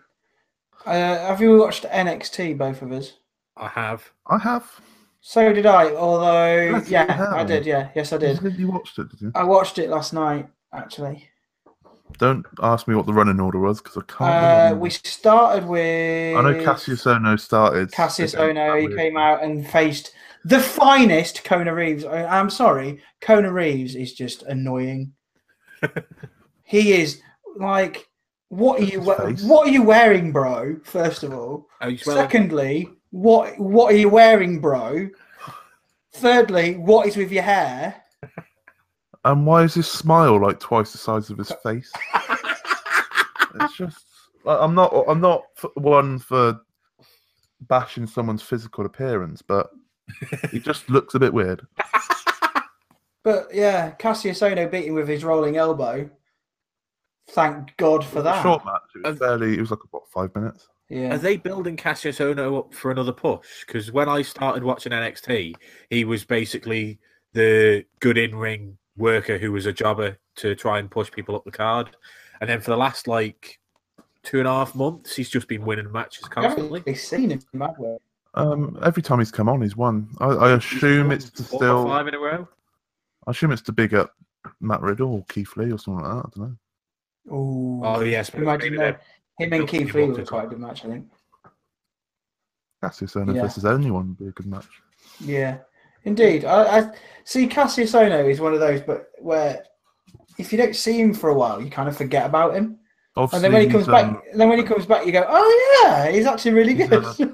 A: Uh, have you watched NXT? Both of us.
B: I have.
D: I have.
A: So did I. Although,
D: Bloody
A: yeah, I
D: hell.
A: did. Yeah, yes, I
D: You
A: did.
D: didn't- You watched it, did you?
A: I watched it last night. Actually,
D: Don't ask me what the running order was because I can't.
A: uh,
D: remember.
A: we started with.
D: I know Cassius Ono started.
A: Cassius
D: Okay,
A: Ono
D: that
A: he
D: weird
A: came
D: thing.
A: out and faced the finest Kona Reeves. I, I'm sorry, Kona Reeves is just annoying. he is like, what are you?
D: His
A: we-
D: face.
A: What are you wearing, bro? First of all,
B: Are you
A: secondly, what what are you wearing, bro? Thirdly, what is with your hair?
D: And why is his smile like twice the size of his face? it's just like, I'm not I'm not f- one for bashing someone's physical appearance, but he just looks a bit weird.
A: But yeah, Cassius Ono beating with his rolling elbow. Thank God for that.
D: Short match. It was
B: And-
D: barely. It was like what five minutes.
B: Are
A: Yeah,
B: they building Cassius Ono up for another push? Because when I started watching NXT, he was basically the good in ring worker who was a jobber to try and push people up the card. And then for the last like two and a half months, he's just been winning matches
A: I haven't
B: constantly.
A: really seen him in that way.
D: Um, every time he's come on, he's won. I, I assume it's to
B: He's won four or
D: still. I
B: five in a row.
D: assume it's to big up Matt Riddle or Keith Lee or something like that. I don't know.
A: Ooh.
B: Oh yes, but
A: Imagine
B: maybe
A: that. Him and
B: built
A: Keith
B: him
A: Lee
B: up
A: was
B: to
A: quite a good match, I think.
D: Cassius Ono
A: Yeah.
D: versus anyone would be a good match.
A: Yeah, indeed. I, I see Cassius Ono is one of those, but where if you don't see him for a while, you kind of forget about him,
D: Obviously,
A: and then when he
D: he's,
A: comes back,
D: um,
A: then when he comes back, you go, oh yeah, he's actually really
D: he's,
A: good.
D: uh,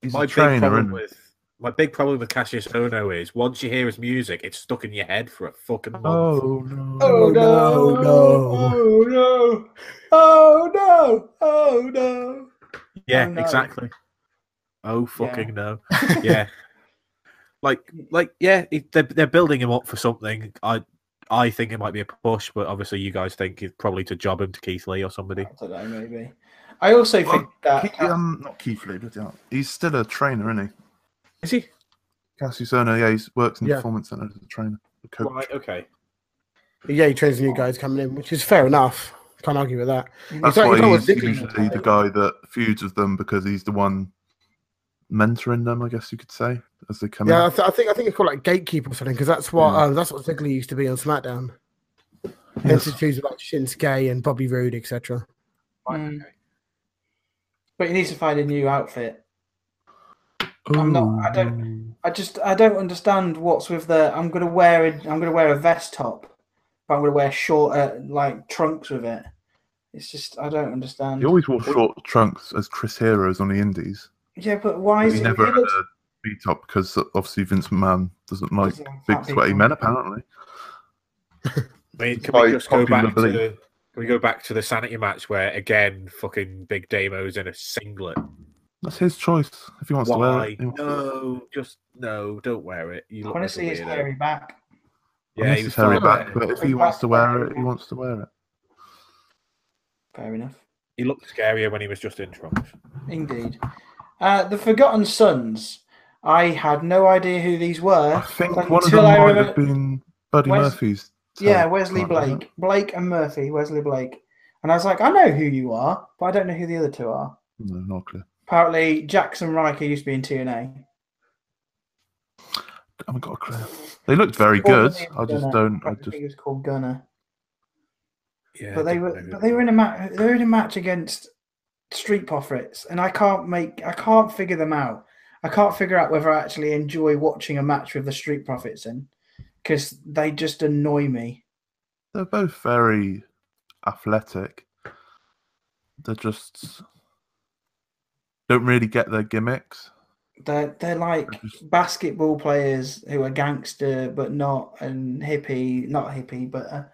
D: he's
B: my
D: a
B: big problem
D: trainer, and
B: with my big problem with Cassius Ono is once you hear his music, it's stuck in your head for a fucking month.
D: oh no,
A: oh no!
C: no, no.
A: Oh no! Oh no! Oh no!
B: Yeah,
A: Oh, no.
B: exactly. Oh fucking no. Yeah. like like yeah, it- they're, they're building him up for something. I I think it might be a push, but obviously you guys think it's probably to job him to Keith Lee or somebody.
A: I don't know, maybe. I also
D: Well,
A: think that
D: Keith, um, not Keith Lee, but yeah, he's still a trainer, isn't he?
B: Is he?
D: Cassius Ono, yeah, he works in the
C: Yeah.
D: performance center as a trainer. a coach.
B: Right, okay.
C: Yeah, he trains new guys coming in, which is fair enough. Can't argue with that. It's
D: That's
C: like- it's
D: why
C: always
D: he's
C: Dickie
D: usually the guy that feuds with them because he's the one mentoring them, I guess you could say, as they come
C: Yeah, I,
D: in.
C: th- I think I think it's called like gatekeep or something because that's what
D: Yeah.
C: uh, that's what Ziggler used to be on SmackDown.
D: Yes.
C: Institutes like Shinsuke and Bobby Roode, etc.
A: Mm. But he needs to find a new outfit. I'm
D: Ooh,
A: not- I don't-
D: no.
A: I just I don't understand what's with the I'm gonna wear a I'm gonna wear a vest top, but I'm gonna wear short uh, like trunks with it. It's just I don't understand.
D: He always wore short trunks as Chris Heroes on the Indies.
A: Yeah, but why
D: But
A: is
D: He
A: it?
D: never uh,
A: it
D: had
A: looks-
D: a B top because obviously Vince McMahon doesn't like
A: doesn't like
D: big
A: fat
D: sweaty
A: people.
D: men, apparently.
B: I mean, can
D: By
B: we just go
D: popular
B: back
D: belief.
B: to can we go back to the sanity match where again fucking Big Damo's in a singlet?
D: That's his choice if he wants to wear
B: Why?
D: it. he wants to wear it.
B: No, just no, don't wear it. You look like a
A: Honestly, it's
B: weirdo.
A: hairy back.
B: Yeah, he was
D: Unnecessary
B: fine.
D: back, but if he
A: Back-
D: wants to wear it, he wants to wear it.
A: Fair enough.
B: He looked scarier when he was just in trunks.
A: Indeed. Uh, the Forgotten Sons. I had no idea who these
D: I
A: were.
D: think
A: Until
D: one of them
A: I
D: might
A: remember-
D: have been Buddy
A: Wes-
D: Murphy's.
A: Yeah,
D: tape,
A: Wesley
D: might have been.
A: Blake, Blake and Murphy. Wesley Blake. And I was like, I know who you are, but I don't know who the other two are.
D: No, not clear.
A: Apparently, Jackson Riker used to be in TNA.
D: I haven't got a clue. They looked very
A: Well,
D: good.
A: the name
D: I just
A: Gunner.
D: don't.
A: I
D: I
A: think
D: just
A: it was called Gunner.
B: Yeah,
A: but they were but they were in a match they were in a match against Street Profits, and I can't make I can't figure them out. I can't figure out whether I actually enjoy watching a match with the Street Profits in because they just annoy me.
D: They're both very athletic. They're just don't really get their gimmicks.
A: They're they're like basketball players who are gangster but not, and hippie not hippie, but uh,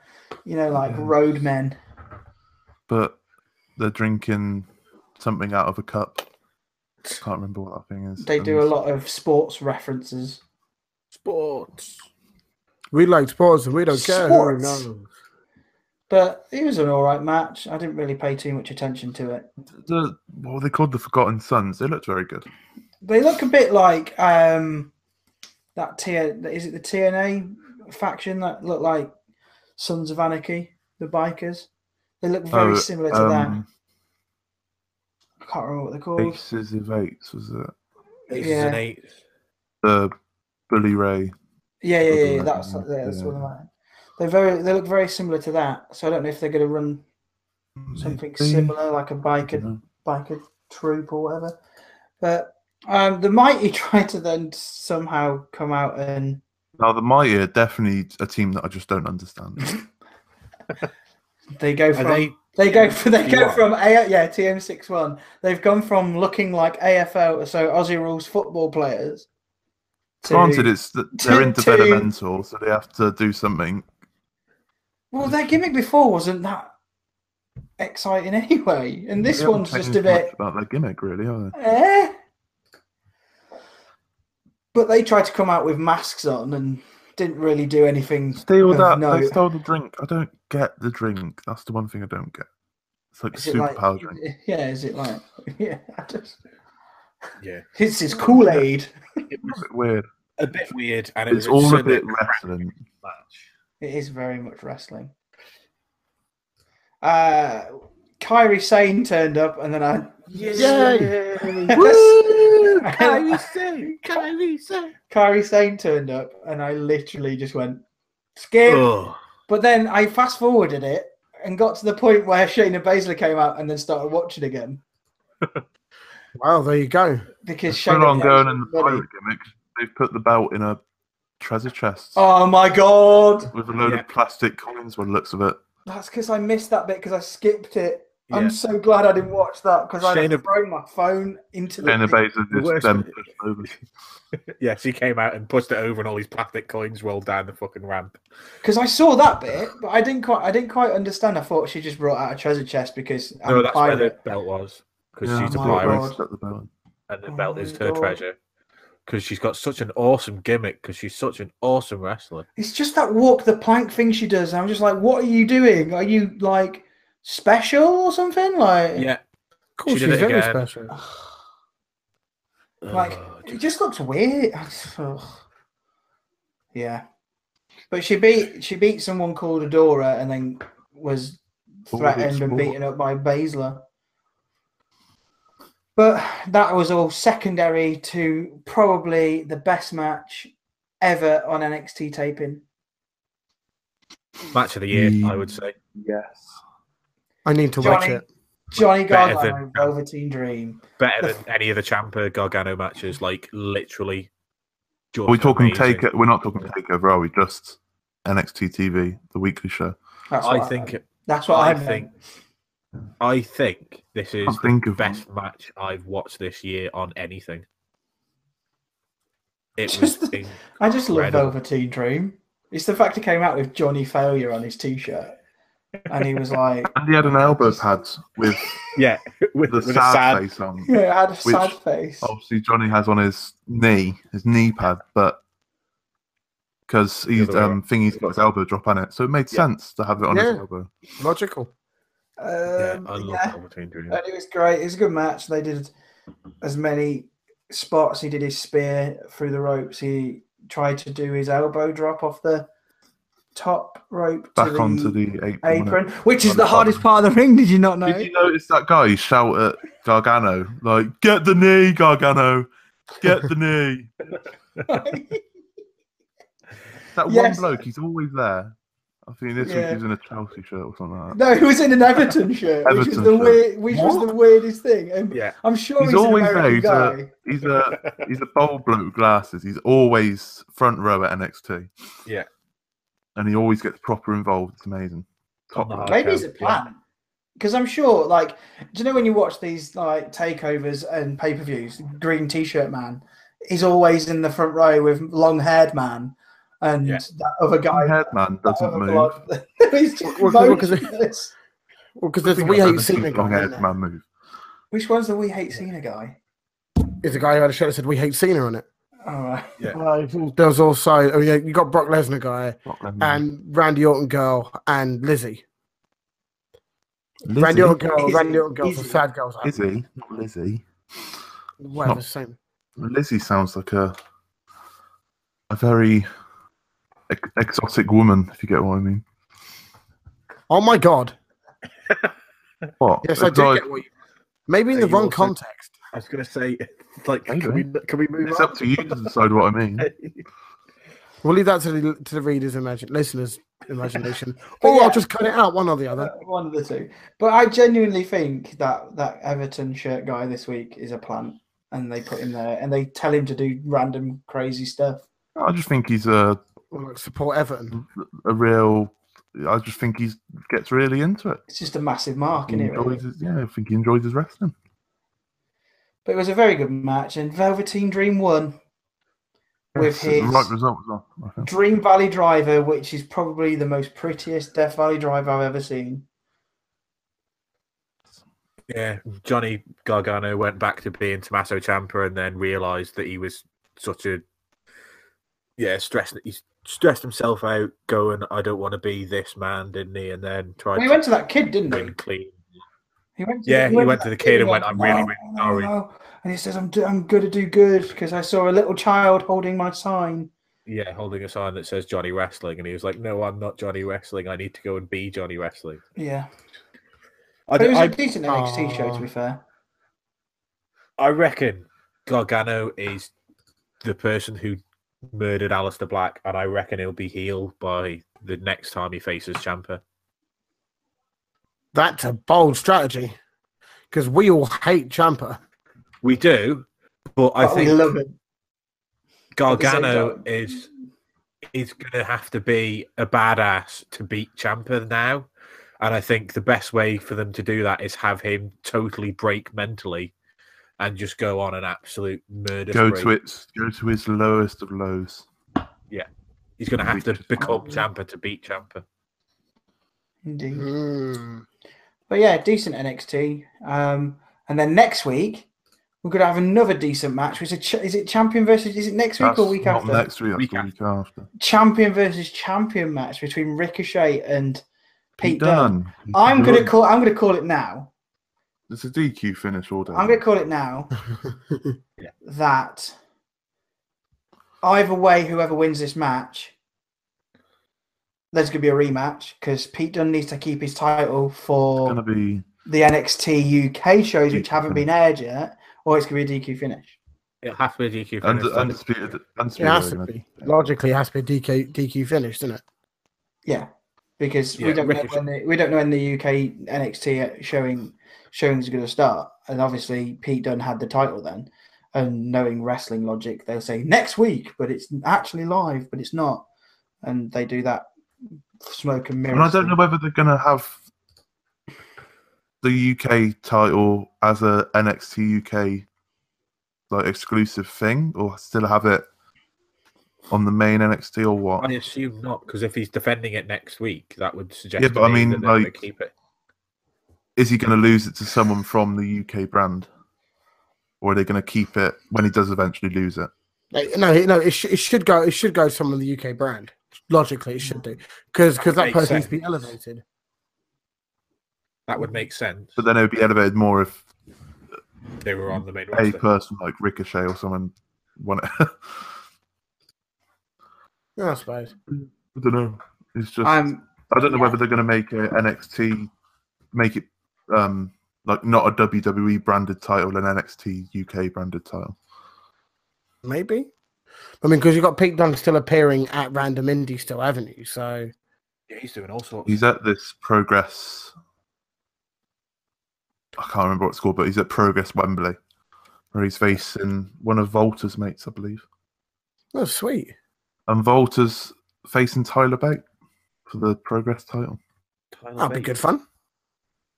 A: you know like
D: Yeah.
A: roadmen.
D: but they're drinking something out of a cup. Can't remember what that thing is.
A: They do a
D: And
A: lot of sports references.
B: sports.
C: We like sports and we don't care. who
A: Sports.
C: knows.
A: But it was an all right match. I didn't really pay too much attention to it.
D: The, what were they called? The Forgotten Sons. They looked very good.
A: They look a bit like um that T is it the TNA faction that look like Sons of Anarchy, the bikers. They look very
D: Oh,
A: similar to
D: Um,
A: that. I can't remember what they're called.
D: Aces of Eights was it?
B: Aces
A: Yeah.
B: and eights.
D: The Billy Ray.
A: Yeah, yeah, yeah, yeah.
D: Something like
A: That's
D: that,
A: yeah, that's what
D: yeah.
A: I'm at. They very they look very similar to that. So I don't know if they're going to run something
D: Maybe.
A: similar like a
D: I don't
A: biker
D: know.
A: biker troop or whatever. But um, the mighty tried to then somehow come out and
D: Now the Mighty are definitely a team that I just don't understand.
A: they go
B: Are
A: from
B: they?
A: They go for they go
B: TM61.
A: from A yeah TM six one. They've gone from looking like AFL so Aussie rules football players.
D: Granted, it's that they're in
A: to-
D: developmental, so they have to do something.
A: well, their gimmick before wasn't that exciting anyway, and this
D: They haven't
A: one's just
D: changed
A: a bit.
D: much about their gimmick, really. Are they?
A: Eh? But they tried to come out with masks on and didn't really do anything.
D: Steal
A: of
D: that.
A: note.
D: They stole the drink. I don't get the drink. That's the one thing I don't get. It's like
A: Is it
D: super
A: like-
D: power drink.
A: yeah, is it like yeah? I just,
B: Yeah,
A: it's his Kool Aid.
B: it
D: It's
B: was
D: a bit weird.
B: a bit weird, and it
D: It's
B: was
D: all a
B: absurd
D: bit
B: crap
D: wrestling.
B: match.
A: It is very much wrestling. Uh, Kyrie Sane turned up, and then I
C: Yay!
A: Woo! Kyrie
C: Sane, Kyrie Sane.
A: Kyrie Sane turned up, and I literally just went skip.
D: Oh.
B: Ugh.
A: But then I fast forwarded it and got to the point where Shayna Baszler came out, and then started watching again
C: Well, there you go.
A: because
D: Full
A: Shayna
D: on going
A: Baszler's
D: in the
A: bloody-
D: pirate gimmick. They've put the belt in a treasure chest
A: Oh my god!
D: with a load
B: Yeah.
D: of plastic coins. By the looks of it,
A: That's because I missed that bit because I skipped it.
B: Yeah.
A: I'm so glad I didn't watch that because I
B: Shayna-
A: thrown my phone into the.
D: Shayna Baszler
B: the worst-
D: just then pushed over.
B: Yes, he came out and pushed it over, and all these plastic coins rolled down the fucking ramp.
A: Because I saw that bit, but I didn't quite. I didn't quite understand. I thought she just brought out a treasure chest because I'm
B: no,
A: a
B: that's
A: pirate.
B: where the belt was because
D: Yeah,
B: she's a
A: Oh my
B: pirate,
A: God.
D: Set the belt.
B: and the
A: Oh
B: belt
A: my
B: is her
A: God.
B: treasure because she's got such an awesome gimmick because she's such an awesome wrestler.
A: It's just that walk the plank thing she does. and I'm just like, what are you doing? Are you like special or something? Like,
B: Yeah,
C: Of course,
B: She
C: she's
B: did it
C: very
B: again.
C: special.
A: Like,
B: Oh,
A: it just looks weird. I just- ugh. yeah, but she beat she beat someone called Adora, and then was
D: Oh, it's
A: threatened and
D: more-
A: beaten up by Baszler. But that was all secondary to probably the best match ever on NXT taping.
B: match of the year, I
D: Mm.
B: would say.
D: Yes.
C: I need to watch
A: Johnny,
C: it.
A: Johnny
B: Better
A: Gargano, Velveteen Dream.
B: Better than any of the Champa Gargano matches, like literally. Just
D: Are we talking
B: amazing.
D: takeover? We're not talking takeover, are we? Just NXT TV, the weekly show.
A: That's what
B: I think.
A: that's what I,
B: I
A: meant.
B: think. I think this is
D: Can't think
B: the
D: of one.
B: best match I've watched this year on anything. It was
A: Just the- I just love
B: Incredible.
A: Velveteen Dream. It's the fact he came out with Johnny Failure on his t-shirt, and he was like,
D: And he had an elbow pad with
B: yeah, with,
D: the
B: with a
D: sad,
B: sad
D: face on.
A: "Yeah, I had a sad
D: Which- Oh,
A: face."
D: Obviously, Johnny has on his knee, his knee pad, but because he's
B: other way
D: um, thing he's got his elbow drop on it, so it made
B: Yeah.
D: sense to have it on his
C: Yeah.
D: elbow.
C: Logical.
B: Yeah, Uh,
A: Um,
B: I love
A: yeah.
B: Velveteen Dream.
A: And it was great. It was a good match. They did as many spots. He did his spear through the ropes. He tried to do his elbow drop off the top rope
D: Back
A: to the
D: onto the apron. wasn't it?
A: apron, which is
D: on the
A: the hardest part of the ring. Did you not know?
D: Did you notice that guy shout at Gargano like, "Get the knee, Gargano, get the knee"? That
A: Yes.
D: one bloke, he's always there. I think this week
A: Yeah.
D: he's in a Chelsea shirt or something like that.
A: No, he was in an Everton shirt, which is
D: Everton
A: the
D: shirt.
A: weird, which was
B: What?
A: the weirdest thing. And
B: Yeah.
A: I'm sure he's,
D: He's
A: an
D: always uh,
A: American
D: there,
A: guy.
D: He's a he's a bold bloke with glasses. He's always front row at NXT.
B: Yeah.
D: And he always gets proper involved. It's amazing. Top
B: Oh,
D: man.
B: okay,
A: Maybe it's a
B: yeah.
A: plan. Because I'm sure, like, do you know when you watch these like takeovers and pay per views, Green T-shirt man, he's always in the front row with long-haired man and
B: Yeah.
A: that other guy.
D: Head man
A: that
D: doesn't
C: Oh,
A: other
D: move.
A: bloke. he's just
C: Well, 'cause- well, 'cause-
A: motionless.
C: Well, because there's the
D: Think
C: We
D: I've
C: Hate
D: never seen
C: Cena
D: long
C: guy.
D: haired
C: isn't
D: man move.
A: Which one's the we hate Cena guy?
C: there? There's a guy who had a shirt that said We Hate Cena on it.
A: All right.
C: There was also, oh yeah, you got Brock Lesnar guy
D: Not them man.
C: and Randy Orton girl and Lizzie.
D: Lizzie?
C: Randy Orton girl,
A: Lizzie.
C: Randy Orton girl,
A: Lizzie.
C: from sad girls. I think.
D: Lizzie? Not Lizzie.
B: Oh.
C: Whatever, same.
D: Lizzie sounds like a a very ex- exotic woman, if you get what I mean.
C: Oh my god.
D: What?
C: Yes, I do
D: Exotic-
C: get what you. Maybe
B: Oh,
C: in
B: Are
C: the
B: you
C: wrong
B: also-
C: context.
B: I was going to say, like,
D: Maybe.
B: can we, can we move
D: It's
B: on?
D: up to you to decide what I mean.
C: We'll leave that to the to the readers' imagine listeners' imagination.
A: But
C: or
A: yeah.
C: I'll just cut it out, one or the other.
A: One of the two. But I genuinely think that that Everton shirt guy this week is a plant, and they put him there, and they tell him to do random crazy stuff.
D: I just think he's a
C: Or like support Everton.
D: a real. I just think he gets really into it.
A: It's just a massive
D: He
A: mark, is it? really?
D: enjoys his, yeah, I think he enjoys his wrestling.
A: But it was a very good match, and Velveteen Dream won with
D: It's the
A: his
D: right result as well. I think.
A: Dream Valley Driver, which is probably the most prettiest Death Valley Driver I've ever seen.
B: Yeah, Johnny Gargano went back to being Tommaso Ciampa and then realised that he was such a yeah stressed. He stressed himself out, going, "I don't want to be this man," didn't he? And then tried
A: Well, he
B: to
A: went to that kid, didn't
B: win
A: he?
B: clean.
A: He went
B: Yeah, he went to the
A: that
B: kid and went,
A: went,
B: "I'm really,
A: "No,
B: really
A: no,
B: sorry."
A: no." oh, And he says, "I'm do- I'm going to do good because I saw a little child holding my sign."
B: Yeah, holding a sign that says Johnny Wrestling, and he was like, "No, I'm not Johnny Wrestling. I need to go and be Johnny Wrestling."
A: Yeah,
B: I,
A: but it was a
B: I,
A: decent NXT show,
C: Aw.
A: to be fair.
B: I reckon Gargano is the person who murdered Alistair Black, and I reckon he'll be healed by the next time he faces Ciampa.
C: That's a bold strategy. Because we all hate Champa.
B: We do, but I
A: But we
B: think
A: love it. the same
B: Gargano
A: time-
B: is is gonna have to be a badass to beat Champa now. And I think the best way for them to do that is have him totally break mentally and just go on an absolute murder
D: Go
B: spree.
D: to its go to his lowest of lows.
B: He's gonna have to
D: Which is-
A: Oh,
B: become Champa to beat Champa.
A: Indeed.
C: Mm.
A: But yeah, decent NXT. Um, and then next week we're gonna have another decent match. Which is, a ch- is it champion versus? Is it next week
D: That's
A: or week
D: not
A: after?
D: next week. That's
B: Week
D: the week after.
A: Champion versus champion match between Ricochet and Pete Dunne.
D: Dunne.
A: I'm
D: Dunne.
A: gonna call. I'm gonna call it now.
D: It's a DQ finish all day.
A: I'm gonna call it now
B: Yeah.
A: that either way, whoever wins this match, there's gonna be a rematch because Pete Dunne needs to keep his title
D: It's
A: for
D: gonna be
A: the NXT UK shows which
D: DQ
A: haven't been aired yet, or it's going to be a DQ finish.
B: It'll have to be a DQ
D: und-
B: finish.
D: undisputed.
C: It
D: Undisputed.
C: has to
D: argument.
C: be. Logically, it has to be a DQ, DQ finish, doesn't it?
A: Yeah, because we
B: Yeah,
A: don't know
B: Ricochet.
A: when the, we don't know when the UK NXT showing showing is going to start, and obviously Pete Dunne had the title then, and knowing wrestling logic, they'll say next week, but it's actually live, but it's not, and they do that smoke and mirrors.
D: And I don't know whether they're gonna have the UK title as a NXT UK like exclusive thing, or still have it on the main NXT or what.
B: I assume not, because if he's defending it next week, that would suggest
D: Yeah,
B: to
D: but I
B: me
D: mean,
B: that they're gonna
D: like-
B: keep it.
D: is he going to lose it to someone from the UK brand, or are they going to keep it when he does eventually lose it?
C: Like, no, it- no, it, sh- it should go. It should go to someone in the UK brand. Logically, it should do because because that
B: Mm. Makes
C: person needs to be
B: sense.
C: elevated.
B: That would make sense.
D: But then it would be elevated more if
B: They were on the main
D: a
B: roster.
D: person like Ricochet or someone won it. I
C: I suppose.
D: don't know. It's just
A: I'm
D: I don't know
A: yeah.
D: whether they're going to make a NXT make it um like not a WWE branded title an NXT UK branded title.
C: Maybe. I mean, because you've got Pete Dunne still appearing at random indie still, haven't you? So
B: Yeah, he's doing all sorts.
D: He's at this Progress. I can't remember what it's called, but he's at Progress Wembley, where he's facing one of Volta's mates, I believe.
C: Oh, sweet.
D: And Volta's facing Tyler Bate for the Progress title.
B: Tyler
C: That'll be
B: Bate.
C: good fun.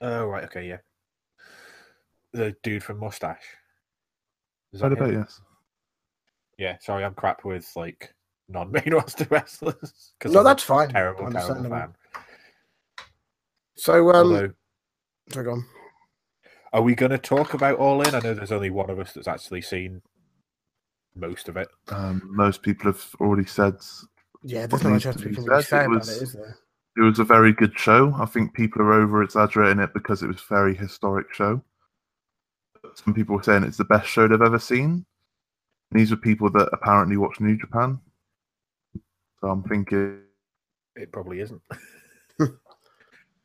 B: Oh right, okay, yeah. The dude from Mustache. Is that
D: Tyler
B: him?
D: Bate, yes.
B: Yeah, sorry, I'm crap with like non-main roster wrestlers because
C: No, that's fine.
B: terrible, terrible
C: Understandable.
B: fan.
C: So, um,
B: Although,
C: sorry, go on.
B: are we going to talk about All In? I know there's only one of us that's actually seen most of it.
D: Um, most people have already said
C: Yeah,
D: What
C: there's not much
D: needs
C: else
D: to
C: we
D: be
C: can really
D: said,
C: say
D: it
C: about it,
D: was-
C: is there?
D: it was a very good show. I think people are over exaggerating it because it was a very historic show. Some people were saying it's the best show they've ever seen. These were people that apparently watch New Japan. So I'm thinking
B: It probably isn't.
D: it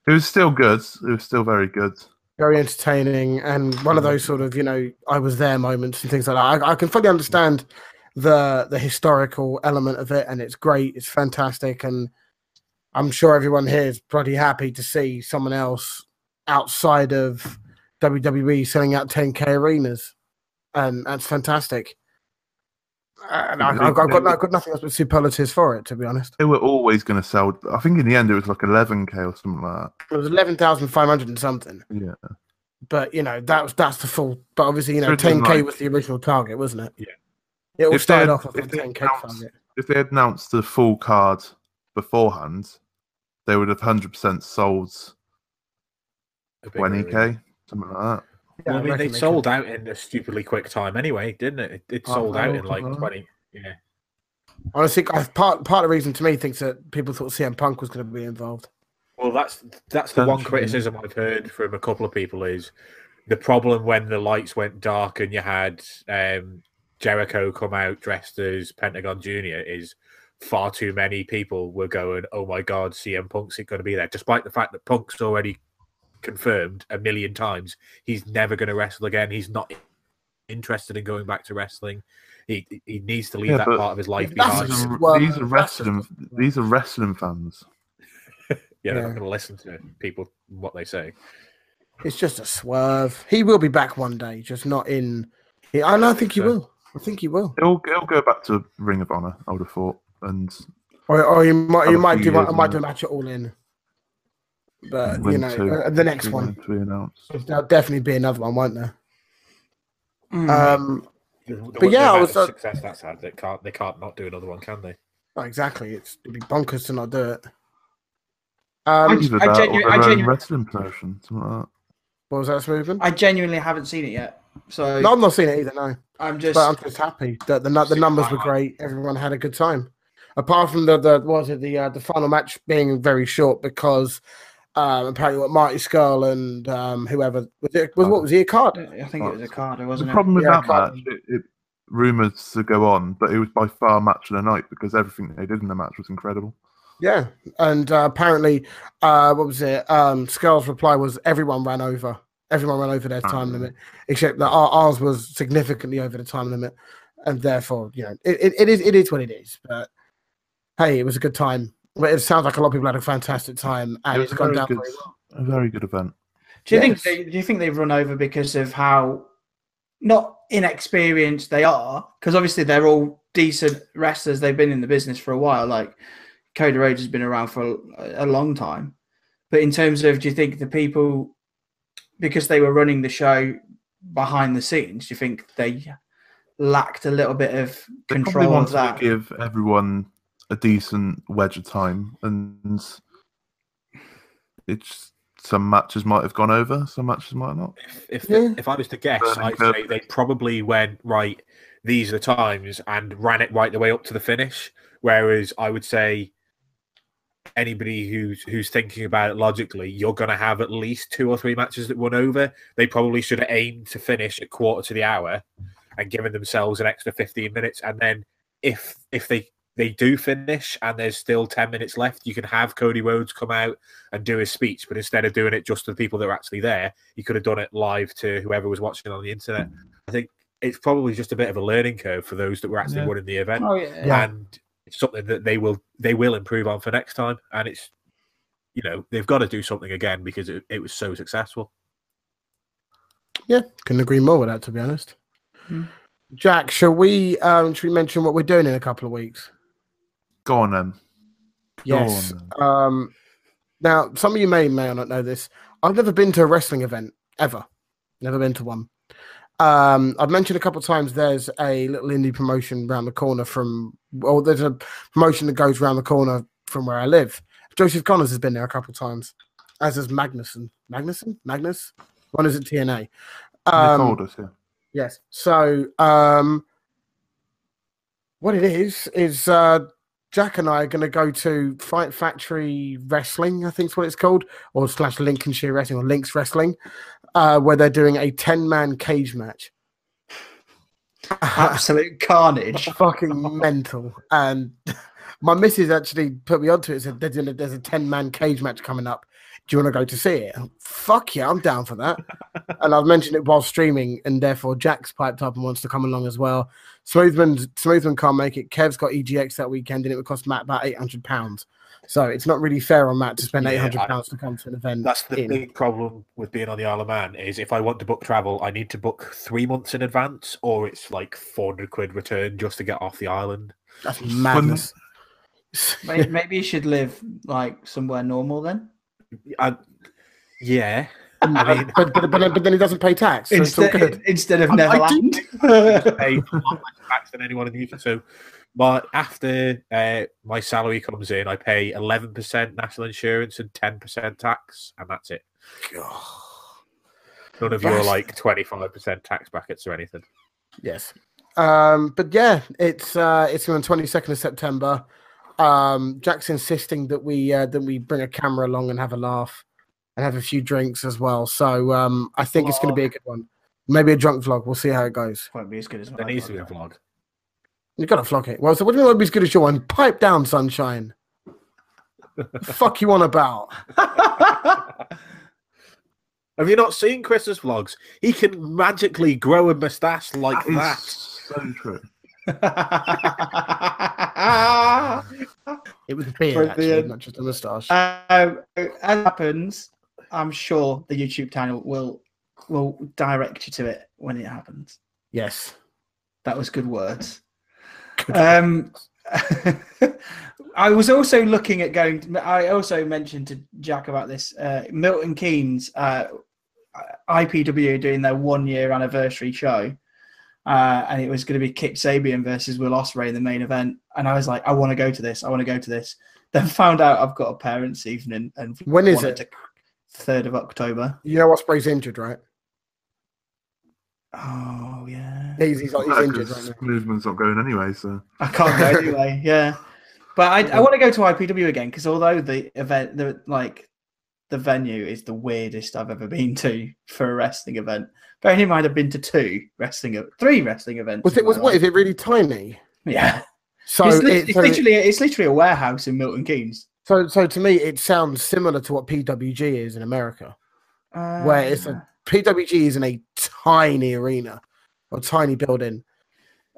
D: was still good. It was still very good.
C: Very entertaining and one of those sort of, you know, I was there moments and things like that. I, I can fully understand the the historical element of it, and it's great, it's fantastic, and I'm sure everyone here is bloody happy to see someone else outside of WWE selling out 10k arenas, and that's fantastic. And I, I've, I've, got, I've got nothing else but superlatives for it, to be honest.
D: They were always going to sell. I think in the end it was like 11k or something like that.
C: It was eleven thousand five hundred and something.
D: Yeah.
C: But you know, that was that's the full but obviously, you know,
D: Sure
C: ten
D: didn't
C: K
D: like-
C: was the original target, wasn't it?
B: Yeah.
C: It all
D: If they
C: started
D: had-
C: off off
D: if
C: a
D: they
C: ten K
D: announced-
C: target.
D: If they had announced the full card beforehand, they would have 100% sold
B: A big
D: 20k, something like that.
B: Well, I mean,
C: reckon
B: they
C: they
B: sold out in a stupidly quick time anyway, didn't it? It, it
D: Half
B: sold
D: hour
B: out
D: or
B: in like
D: something like that.
B: 20. Yeah.
C: Honestly, I part part of the reason to me thinks that people thought CM Punk was gonna be involved.
B: Well, that's that's the one
D: Potentially.
B: criticism I've heard from a couple of people is the problem when the lights went dark and you had um, Jericho come out dressed as Pentagon Junior is far too many people were going, "Oh my God, CM Punk's going to be there," despite the fact that Punk's already confirmed a million times he's never going to wrestle again. He's not interested in going back to wrestling. He he needs to leave
D: Yeah,
B: that
D: but-
B: part of his life
C: That's-
B: behind.
D: These are,
C: well,
D: these are
C: that's just-
D: wrestling. These are wrestling fans.
B: Yeah, they're not
C: yeah.
B: going to listen to people what they say.
C: It's just a swerve. He will be back one day, just not in yeah, and I think he
B: So-
C: will. I think he will.
D: It'll, it'll go back to Ring of Honor. I would have thought, and
C: Or or he might
D: Have
C: he
D: a
C: might
D: few
C: do
D: years,
C: I might do a
D: man.
C: match at all in. But you
D: when
C: know,
D: to-
C: uh, the next
D: when
C: one.
D: to be announced.
C: There'll definitely be another one, won't there?
A: Mm.
C: Um
B: The- the-
C: But
B: the
C: yeah, I
B: amount
C: was,
B: of
C: uh,
B: success that's had. They can't. They can't not do another one, can they?
C: Not oh, exactly. It's it'd be bonkers to not do it.
A: I
C: Um,
A: just-
D: Either that
A: genu-
D: or
A: I
D: their own
A: genu-
D: wrestling promotion. Something like
C: what was that movement?
A: I genuinely haven't seen it yet, so
C: No, I've not seen it either. No,
A: I'm just.
C: but I'm just happy that the nu- the numbers were great. Everyone had a good time. Apart from the the what was it the uh, the final match being very short because um, apparently what Marty Skull and um, whoever was it was
A: Oh.
C: what was he a card?
A: I think it was a Carter,
D: that. The
A: wasn't it?
D: problem with
C: Yeah,
D: that
C: can't-
D: match, it, it, rumors to go on, but it was by far match of the night because everything they did in the match was incredible.
C: Yeah, and uh, apparently uh, what was it? Um, Skull's reply was everyone ran over. Everyone ran over their time
D: Ah.
C: limit, except that our- ours was significantly over the time limit, and therefore, you know, it, it, it is it is what it is. But hey, it was a good time. But it sounds like a lot of people had a fantastic time,
D: it
C: and
D: was
C: Ah, it's
D: a
C: gone
D: very,
C: down
D: good,
C: very well.
D: a very good event.
A: Do you think
C: Yes.
A: they, do you think they've run over because of how not inexperienced they are? Because obviously they're all decent wrestlers. They've been in the business for a while. Like Cody Rhodes has been around for a, a long time. But in terms of, do you think the people because they were running the show behind the scenes, do you think they lacked a little bit of
D: They probably
A: control of
D: wanted
A: that?
D: to give everyone a decent wedge of time, and it's some matches might have gone over, some matches might not.
B: If if,
C: Yeah.
B: if I was to guess,
D: Burning
B: I'd
D: Curve.
B: say they probably went right. These are the times and ran it right the way up to the finish. Whereas I would say anybody who's who's thinking about it logically, you're going to have at least two or three matches that run over. They probably should have aimed to finish at quarter to the hour and given themselves an extra 15 minutes. And then if if they they do finish and there's still 10 minutes left, you can have Cody Rhodes come out and do his speech. But instead of doing it just to the people that are actually there, he could have done it live to whoever was watching on the internet. I think it's probably just a bit of a learning curve for those that were actually
D: Yeah.
B: running the event
A: Oh yeah.
C: Yeah.
B: and it's something that they will they will improve on for next time. And it's you know they've got to do something again because it, it was so successful.
C: Yeah, couldn't agree more with that, to be honest.
A: Hmm.
C: Jack, shall we? Um, should we mention what we're doing in a couple of weeks?
D: Go on then. Go on
C: Yes.
D: then.
C: Um, now, some of you may may or not know this. I've never been to a wrestling event ever. Never been to one. Um, I've mentioned a couple of times there's a little indie promotion around the corner from, or there's a promotion that goes around the corner from where I live. Joseph Connors has been there a couple of times, as has Magnuson. Magnuson? Magnus? One is at TNA.
D: Nick
C: Um,
D: Aldis, yeah.
C: Yes. So, um, what it is is uh, Jack and I are going to go to Fight Factory Wrestling, I think's what it's called, or slash Lincolnshire Wrestling or Links Wrestling, uh, where they're doing a ten man cage match.
A: Absolute carnage.
C: Fucking mental. And my missus actually put me onto it. and Said "There's a- there's a ten man cage match coming up. Do you want to go to see it? Fuck yeah, I'm down for that. and I've mentioned it while streaming, and therefore Jack's piped up and wants to come along as well. Smoothman Smoothman can't make it. Kev's got EGX that weekend, and it would cost Matt about eight hundred pounds. So it's not really fair on Matt to spend
B: Yeah,
C: eight hundred
B: I-
C: pounds to come to an event.
B: That's the
C: in.
B: big problem with being on the Isle of Man is if I want to book travel, I need to book three months in advance, or it's like four hundred quid return just to get off the island.
C: That's madness.
A: May- Maybe you should live like somewhere normal then.
B: I, yeah,
C: I
B: mean-
C: but, but, but, but then he doesn't pay tax. So it's all good.
A: Instead, instead of
C: I- I do-
A: Neverland.
B: pay a lot less tax than anyone in the UK. So, but after uh, my salary comes in, I pay eleven percent national insurance and ten percent tax, and that's it. None of your
C: That's-
B: like twenty five percent tax brackets or anything.
C: Yes. Um, but yeah, it's uh, it's on the twenty second of September. Um, Jack's insisting that we uh, that we bring a camera along and have a laugh and have a few drinks as well. So um, I think it's going to be a good one. Maybe a drunk vlog. We'll see how it goes.
A: Won't be as good as
B: There
A: mine.
B: needs to be a vlog.
C: You got to vlog it. Well, so what do you mean? won't be as good as your one? Pipe down, sunshine. Fuck you on about.
B: Have you not seen Chris's vlogs? He can magically grow a moustache like
D: That is
B: that.
D: so true.
C: It was a beard, actually,
A: Brilliant.
C: not just a moustache.
A: um, as happens, I'm sure the YouTube channel will will direct you to it when it happens.
C: yes.
A: That was good words. Um, I was also looking at going. To, I also mentioned to Jack about this. Uh, Milton Keynes, uh, IPW, are doing their one year anniversary show, uh, and it was going to be Kip Sabian versus Will Ospreay in the main event. And I was like, I want to go to this. I want to go to this. Then found out I've got a parents' evening, and
C: When is
A: wanted
C: it?
A: to- Third of October.
C: You know Osprey's injured, right?
A: Oh yeah.
C: He's, he's, he's
D: Yeah,
C: injured
D: 'cause
C: right now.
D: Movement's not going anyway, so
A: I can't go anyway. Yeah, but I, I want to go to IPW again because although the event, the like the venue is the weirdest I've ever been to for a wrestling event. Bearing in mind, I've been to two wrestling, e- three wrestling events.
C: Was
A: in
C: it was
A: my
C: what?
A: life.
C: Is it really tiny?
A: Yeah,
C: So
A: it's, lit-
C: it-
A: it's
C: so-
A: literally it's literally a warehouse in Milton Keynes.
C: So, so to me, it sounds similar to what PWG is in America.
A: Uh,
C: Where it's a- PWG is in a tiny arena or tiny building,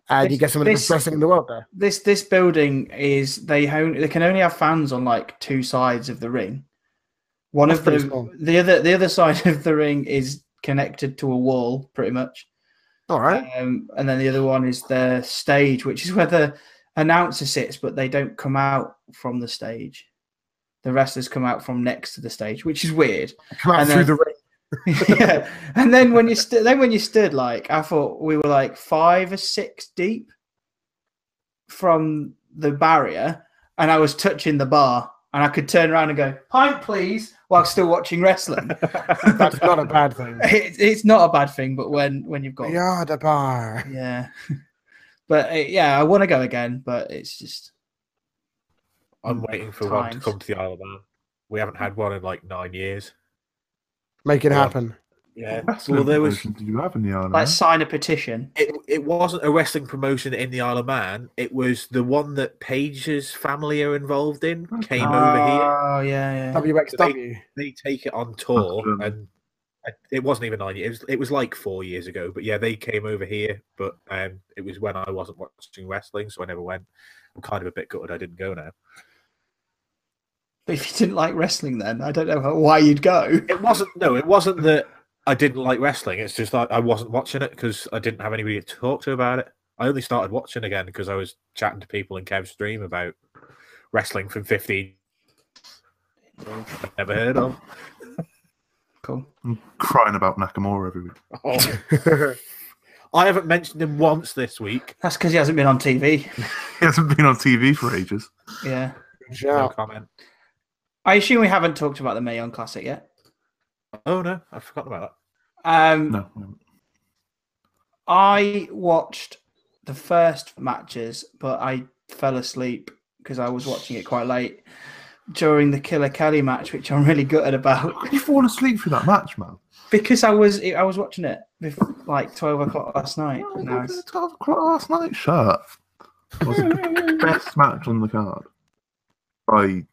C: and you
A: This-
C: get some of the
A: this-
C: best wrestling in the world there.
A: this this building is they only they can only have fans on like two sides of the ring. One
C: That's
A: of
C: pretty
A: them,
C: small.
A: the other the other side of the ring is connected to a wall, pretty much.
C: All right.
A: Um, and then the other one is the stage, which is where the announcer sits, but they don't come out from the stage. The wrestlers come out from next to the stage, which is weird.
C: Come out
A: and
C: through
A: then-
C: the ring.
A: yeah. And then when you stood, then when you stood, like I thought we were like five or six deep from the barrier, and I was touching the bar, and I could turn around and go pint, please, while still watching wrestling.
C: That's not a bad thing.
A: it, it's not a bad thing, but when when you've got yeah,
C: Yeah, the bar.
A: but uh, yeah, I want to go again, but it's just
B: I'm waiting for one to
A: Times.
B: come to the Isle of Man. We haven't had one in like nine years.
C: Make it
B: Yeah.
C: happen.
B: Yeah.
D: wrestling
B: Well, there was
D: promotion do you have in the island?
A: like sign a petition.
B: it, it wasn't a wrestling promotion in the Isle of Man. It was the one that Paige's family are involved in came over here.
A: Oh yeah, yeah.
C: WXW.
B: They take it on tour,
D: Awesome.
B: and I- it wasn't even nine years. It was, it was like four years ago. But yeah, they came over here. But um, it was when I wasn't watching wrestling, so I never went. I'm kind of a bit gutted I didn't go now.
A: But if you didn't like wrestling, then I don't know how, why you'd go.
B: It wasn't. No, it wasn't that I didn't like wrestling. It's just that I wasn't watching it because I didn't have anybody to talk to about it. I only started watching again because I was chatting to people in Kev's stream about wrestling from 15 I'd never heard of.
A: Cool.
D: Crying about Nakamura every week.
B: Oh. I haven't mentioned him once this week.
A: That's because he hasn't been on TV.
D: He hasn't been on TV for ages.
A: Yeah.
B: No
C: Yeah.
B: comment.
A: I assume we haven't talked about the Mayon Classic yet.
B: Oh no, I forgot about that.
A: Um,
D: No. we haven't.
A: I watched the first matches, but I fell asleep because I was watching it quite late during the Killer Kelly match, which I'm really gutted about
D: How did you fall asleep through that match, man?
A: because I was I was watching it before, like 12 o'clock last night.
D: Oh,
A: and
D: you
A: I
D: were
A: was-
D: at 12 o'clock last night. Shut up. It was the best match on the card by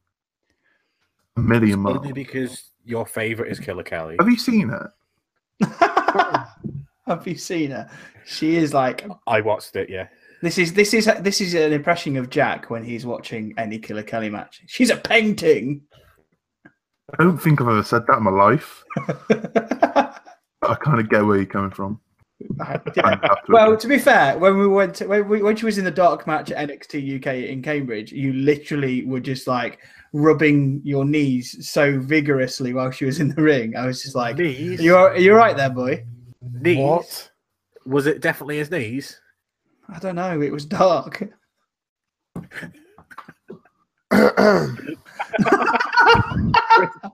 D: a million miles.
B: Only because your favourite is Killer Kelly.
D: Have you seen it?
A: Have you seen her? She is like
B: I watched it. Yeah.
A: this is this is this is an impression of Jack when he's watching any Killer Kelly match. She's a painting.
D: I don't think I've ever said that in my life. I kind of get where you're coming from. I have to
A: Well,
D: admit.
A: to be fair, when we went to, when, we, when she was in the dark match at NXT UK in Cambridge, you literally were just like rubbing your knees so vigorously while she was in the ring. I was just like,
B: Knees.
A: "You're you're right there, boy."
B: knees.
C: What?
B: Was it definitely his knees?
A: I don't know. It was dark.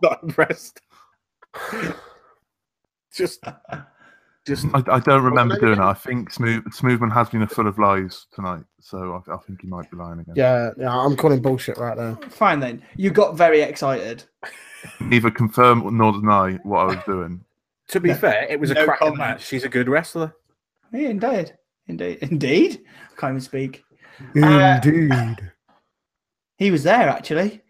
B: Not impressed. just, just
D: I, I don't remember
C: maybe
D: doing it.
C: then-
D: I think Smooth Smoothman has been a full of lies tonight, so I, I think he might be lying again.
C: yeah, yeah, I'm calling bullshit right there.
A: Fine then. You got very excited.
D: Neither confirm nor deny what I was doing.
B: to be
A: No-
B: fair, it was a
A: no
B: cracking
A: comment.
B: match. She's a good wrestler.
A: Yeah, indeed, indeed, indeed. I can't even speak. Uh,
C: Indeed.
A: He was there actually.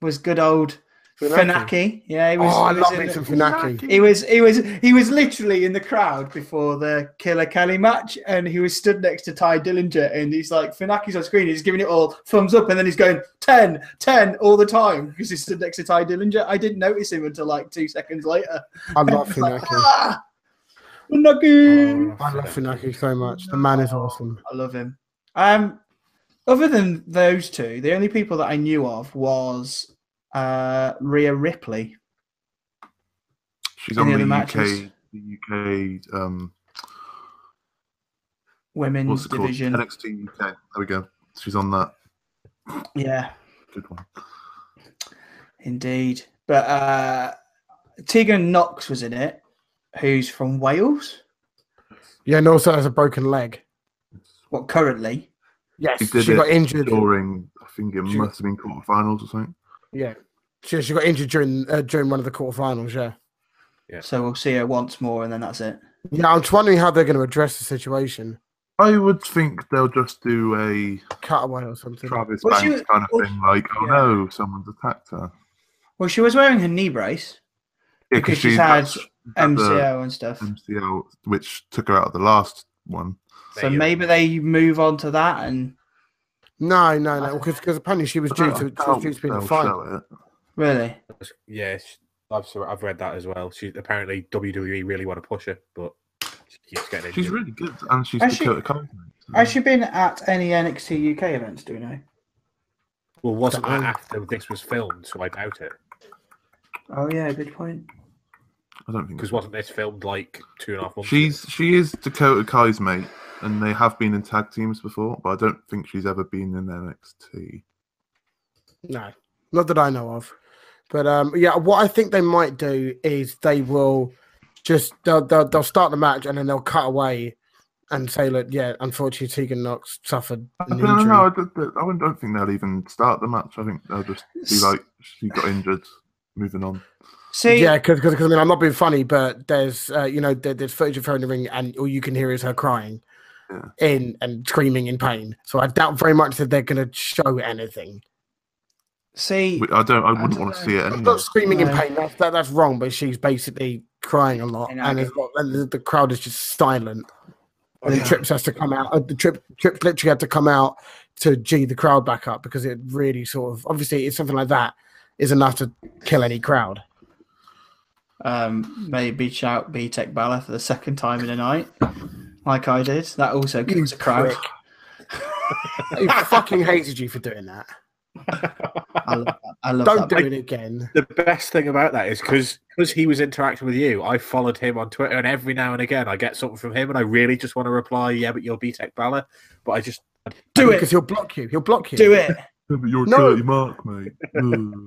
A: Was good old Finaki. Yeah, he was.
C: oh, I
A: he was
C: love
A: in
C: it.
A: the-
C: Some Finaki.
A: He was he was he was literally in the crowd before the Killer Kelly match, and he was stood next to Ty Dillinger, and he's like Finaki's on screen, he's giving it all thumbs up, and then he's going 10, 10 all the time because he stood next to Ty Dillinger. I didn't notice him until like two seconds later.
C: I love
A: It's like,
C: Finaki.
A: ah, Funaki!
D: Mm.
C: I
B: Oh,
C: love Finaki so much. The man is awesome.
A: I love him. Um, other than those two, the only people that I knew of was uh Rhea Ripley.
D: She's
A: Any
D: on
A: other
D: the
A: matches?
D: UK, the UK, um,
A: Women's
D: what's it called?
A: division.
D: NXT UK. There we go. She's on that.
A: Yeah.
D: Good one.
A: Indeed. But uh Tegan Knox was in it, who's from Wales.
C: Yeah, and also has a broken leg.
A: Well, currently.
C: Yes,
D: She did
C: she
D: it
C: got injured.
D: During, I think it
C: She-
D: must have been quarterfinals or something.
C: Yeah, she, she got injured during uh, during one of the quarterfinals. Yeah,
B: Yeah.
A: So we'll see her once more and then that's it.
C: yeah. I'm just wondering how they're going to address the situation.
D: I would think they'll just do a
C: Cutaway or something.
D: Travis
A: Well, she
D: Banks
A: was-
D: kind of
A: well,
D: thing, like, oh
A: yeah.
D: no, someone's attacked her.
A: Well, she was wearing her knee brace,
D: Yeah,
A: Because she's
D: she-
A: had
D: she had the
A: MCO and stuff.
D: MCL, which took her out of the last one.
A: So maybe they move on to that and
C: No, no, no. Because apparently she was due to she was due to be in the
D: They'll
C: final.
D: show it.
A: really.
B: Yeah, she- I've sort of- I've read that as well. She apparently WWE really want to push her, but she keeps getting injured.
D: She's really good, and she's
A: Has she-
D: Dakota Kai. so-
A: Has she been at any NXT UK events, do we know?
B: well, wasn't that
C: Don't know.
B: after this was filmed? So I doubt it.
A: Oh yeah, good point.
D: I don't think
B: Because wasn't this filmed like two and a half months? ago?
D: she's she is Dakota Kai's mate, and they have been in tag teams before, but I don't think she's ever been in NXT.
C: No, not that I know of. But um, yeah, what I think they might do is they will just they'll, they'll they'll start the match and then they'll cut away and say, look, yeah, unfortunately Tegan Knox suffered
D: I
C: an
D: don't
C: injury.
D: know. I don't, I don't- don't think they'll even start the match. I think they'll just be like, she got injured. Moving on.
A: See
C: yeah, because I mean I'm not being funny, but there's uh, you know there, there's footage of her in the ring and all you can hear is her crying.
D: Yeah.
C: In and screaming in pain, so I doubt very much that they're going to show anything.
A: see
D: We- I don't. I wouldn't
A: don't
D: want to
A: know.
D: see it.
C: Not-
D: Anyway.
C: Not screaming in
A: No.
C: pain. That's that, that's wrong. But she's basically crying a lot,
A: And
C: and,
A: I
C: it's not- and the, the crowd is just silent. And
D: Oh, Yeah.
C: the trips has to come out. uh, The trip trip literally had to come out to g the crowd back up because it really sort of obviously it's something like that, is enough to kill any crowd.
A: Um, maybe shout B Tech Bala for the second time in a night, like I did. That also gives a crowd.
C: I fucking hated you for doing that.
A: I love that. I love that.
C: Don't do it again.
B: The best thing about that is because he was interacting with you, I followed him on Twitter, and every now and again I get something from him, and I really just want to reply, "Yeah, but you're BTEC Bala," but I just
A: do
C: because
A: it.
C: he'll block you. He'll block you.
A: Do it.
D: Yeah, but you're a
C: No.
D: dirty mark, mate. Ugh.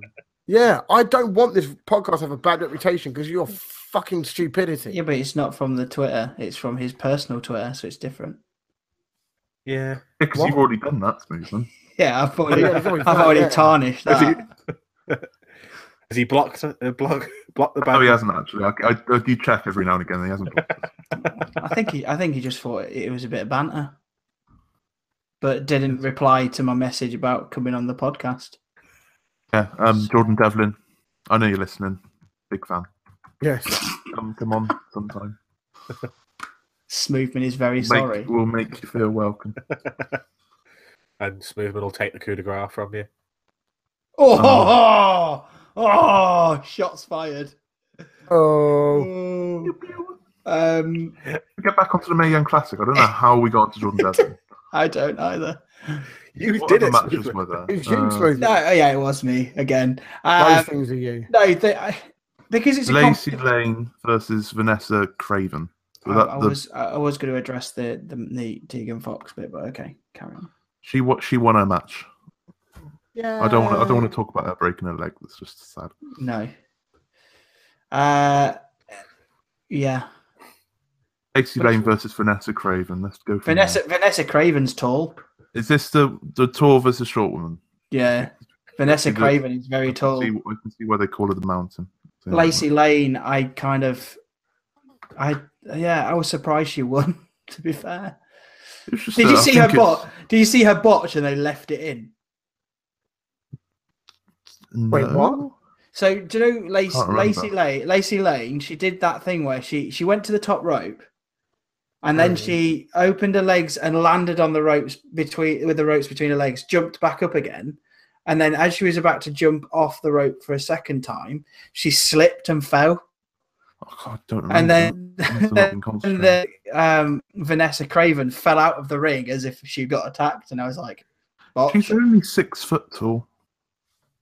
C: Yeah, I don't want this podcast to have a bad reputation because of your fucking stupidity.
A: Yeah, but it's not from the Twitter. It's from his personal Twitter, so it's different.
B: yeah.
D: Because
C: What?
D: you've already done that to me, son.
A: Yeah, I've already,
C: Yeah, it's always
A: I've
C: that,
A: already
C: yeah.
A: tarnished
B: Has he,
A: that.
B: has he blocked uh, block blocked the
D: No,
B: band?
D: he hasn't actually. I, I, I do check every now and again. and He hasn't.
A: I think he, I think he just thought it was a bit of banter, but didn't reply to my message about coming on the podcast.
D: Yeah, um, Jordan Devlin. I know you're listening. Big fan.
C: Yes.
D: Come, come on, sometime.
A: Smoothman is very
D: Make-
A: sorry.
D: We'll make you feel welcome.
B: And Smoothman will take the coup de grace from you.
A: Oh, oh, oh, shots fired.
C: Oh,
A: Oh. Um,
D: We Get back onto the Mae Young Classic. I don't know how we got to Jordan Devlin.
A: I don't either.
B: You
D: What
B: did
D: other
B: it.
D: matches
B: Smoothman.
D: were there?
C: it's you,
D: Uh,
C: Smooth.
A: No, oh, yeah, it was me again.
C: Those
A: Um,
C: things are you.
A: no, they, I, because it's a comp-
D: Lacey Lane versus Vanessa Craven. So
A: I,
D: that,
A: I
D: the-
A: was I I was going to address the the, the Tegan Fox bit, but okay, carry on.
D: she what she won her match.
C: Yeah.
D: I don't want. I
A: Uh,
D: don't want to talk about her breaking her leg. That's just sad.
A: No. Uh, yeah,
D: Lacey Lane versus Vanessa Craven. Let's go. From
A: Vanessa Vanessa Craven's tall.
D: there. is this the the tall versus short woman?
A: Yeah, Vanessa
D: She looks-
A: Craven is very tall.
D: I can see, I can see why they call her the mountain. So,
A: Lacey Lane, I kind of, I yeah, I was surprised she won. To be fair,
D: it was just
A: did
D: that
A: you
D: I
A: see
D: think
A: her
D: it's-
A: bot? Did you see her botch and they left it in?
C: Wait,
D: no.
C: what?
A: So do you know Lacey
D: Can't remember.
A: Lacey Lane? Lacey Lane. She did that thing where she she went to the top rope, and then
D: Mm.
C: Oh.
A: she opened her legs and landed on the ropes between with the ropes between her legs. Jumped back up again, and then as she was about to jump off the rope for a second time, she slipped and fell.
D: Oh, God, I don't remember.
A: And then,
D: Must have not
A: then
D: been concentrating.
A: the um, Vanessa Craven fell out of the ring as if she got attacked, and I was like, "Botch."
D: she's only six foot tall.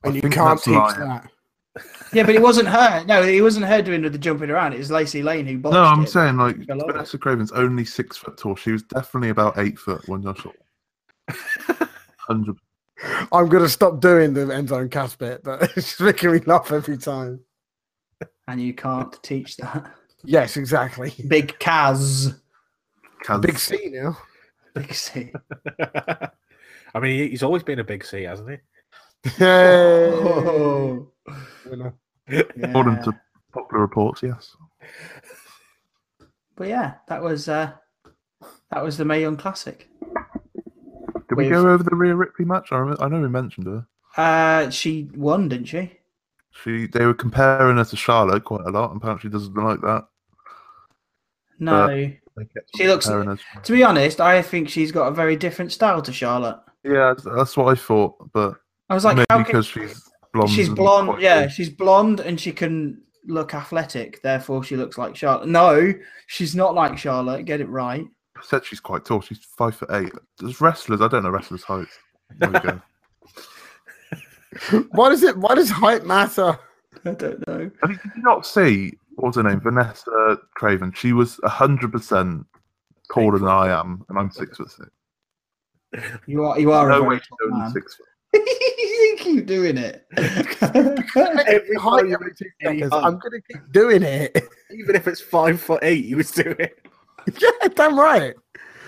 D: I
C: And you
D: think
C: can't
D: that's
C: teach
D: lying.
C: that.
A: Yeah, but it wasn't her. No, it wasn't her doing the jumping around. It was Lacey Lane who botched
D: No, I'm
A: it.
D: saying like
A: Fell over.
D: Vanessa Craven's only six foot tall. She was definitely about eight foot when I saw. Hundred.
C: I'm going to stop doing the end zone cast bit, but it's just making me laugh every time.
A: and you can't teach that.
C: Yes, exactly.
A: Big Kaz.
D: Kaz.
C: Big C now.
A: Big C.
B: I mean, he- he's always been a big C, hasn't he?
C: Yay.
A: Oh.
C: Winner.
D: According
A: Yeah.
D: to popular reports, yes.
A: But yeah, that was uh, that was the May Young Classic.
D: Did we
A: We've-
D: go over the Rhea Ripley match? I, rem- I know we mentioned her.
A: Uh, she won, didn't she?
D: She they were comparing her to Charlotte quite a lot. and Apparently, she doesn't like that.
A: No.
D: They kept
A: She looks-
D: comparing her
A: to be honest, I think she's got a very different style to Charlotte.
D: Yeah, that's- that's what I thought, but
A: I was like,
D: maybe
A: how can
D: because she's blonde.
A: she's
D: and
A: blonde?
D: quite
A: Yeah,
D: tall.
A: she's blonde and she can look athletic. Therefore, she looks like Charlotte. No, she's not like Charlotte. Get it right.
D: I said she's quite tall. She's five foot eight. As wrestlers, I don't know wrestlers' heights. There we go.
C: Why does it? Why does height matter?
A: I don't know.
D: I mean, did you not see what's her name, Vanessa Craven? She was hundred percent taller than I am, and I'm six foot six.
A: You are you are
D: No
A: a
D: way
A: very
D: she's
A: tall
D: only
A: man.
D: six foot.
A: you keep doing it.
B: Every
C: Height
B: time you
C: every two
B: any
C: seconds.
B: height.
C: I'm going to keep doing it.
B: even if it's five foot eight, he was doing it.
C: yeah, damn right.